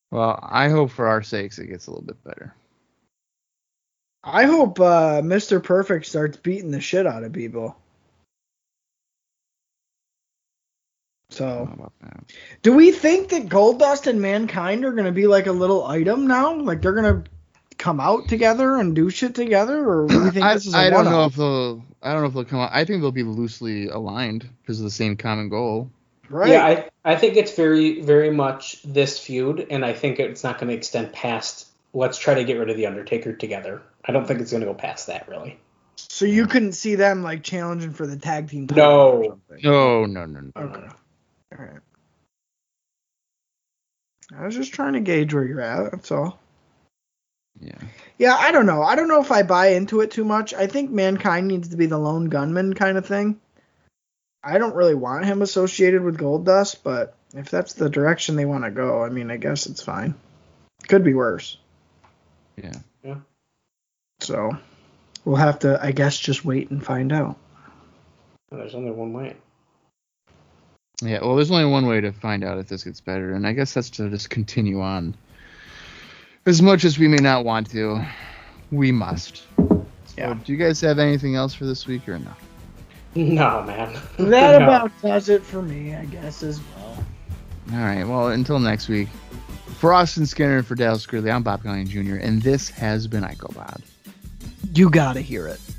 Speaker 2: Well, I hope for our sakes it gets a little bit better.
Speaker 4: I hope uh, Mr. Perfect starts beating the shit out of people.
Speaker 2: I don't
Speaker 4: So,
Speaker 2: know about that.
Speaker 4: do we think that Goldust and Mankind are gonna be like a little item now? Like they're gonna come out together and do shit together, or do we
Speaker 2: (clears throat)
Speaker 4: think
Speaker 2: I,
Speaker 4: this is a
Speaker 2: I don't know
Speaker 4: one-off?
Speaker 2: if they'll. I don't know if they'll come out. I think they'll be loosely aligned because of the same common goal.
Speaker 4: Right?
Speaker 3: Yeah, I, I think it's very, very much this feud, and I think it's not going to extend past let's try to get rid of The Undertaker together. I don't think it's going to go past that, really.
Speaker 4: So you couldn't see them like challenging for the tag team title or
Speaker 3: No.
Speaker 4: something.
Speaker 2: No, no, no, no.
Speaker 4: Okay. All right. I was just trying to gauge where you're at. That's all.
Speaker 2: Yeah.
Speaker 4: Yeah, I don't know. I don't know if I buy into it too much. I think mankind needs to be the lone gunman kind of thing. I don't really want him associated with Gold Dust, but if that's the direction they want to go, I mean, I guess it's fine. Could be worse.
Speaker 2: Yeah.
Speaker 3: Yeah.
Speaker 4: So we'll have to, I guess, just wait and find out.
Speaker 3: There's only one way. (laughs)
Speaker 2: Yeah. Well, there's only one way to find out if this gets better, and I guess that's to just continue on. As much as we may not want to, we must. So,
Speaker 4: Yeah.
Speaker 2: Do you guys have anything else for this week or no?
Speaker 3: No, man. (laughs)
Speaker 4: That
Speaker 3: No.
Speaker 4: about does it for me, I guess, as well.
Speaker 2: All right. Well, until next week, for Austin Skinner and for Dallas Gridley, I'm Bob Gallion Jr., and this has been IcoPod.
Speaker 4: You got to hear it.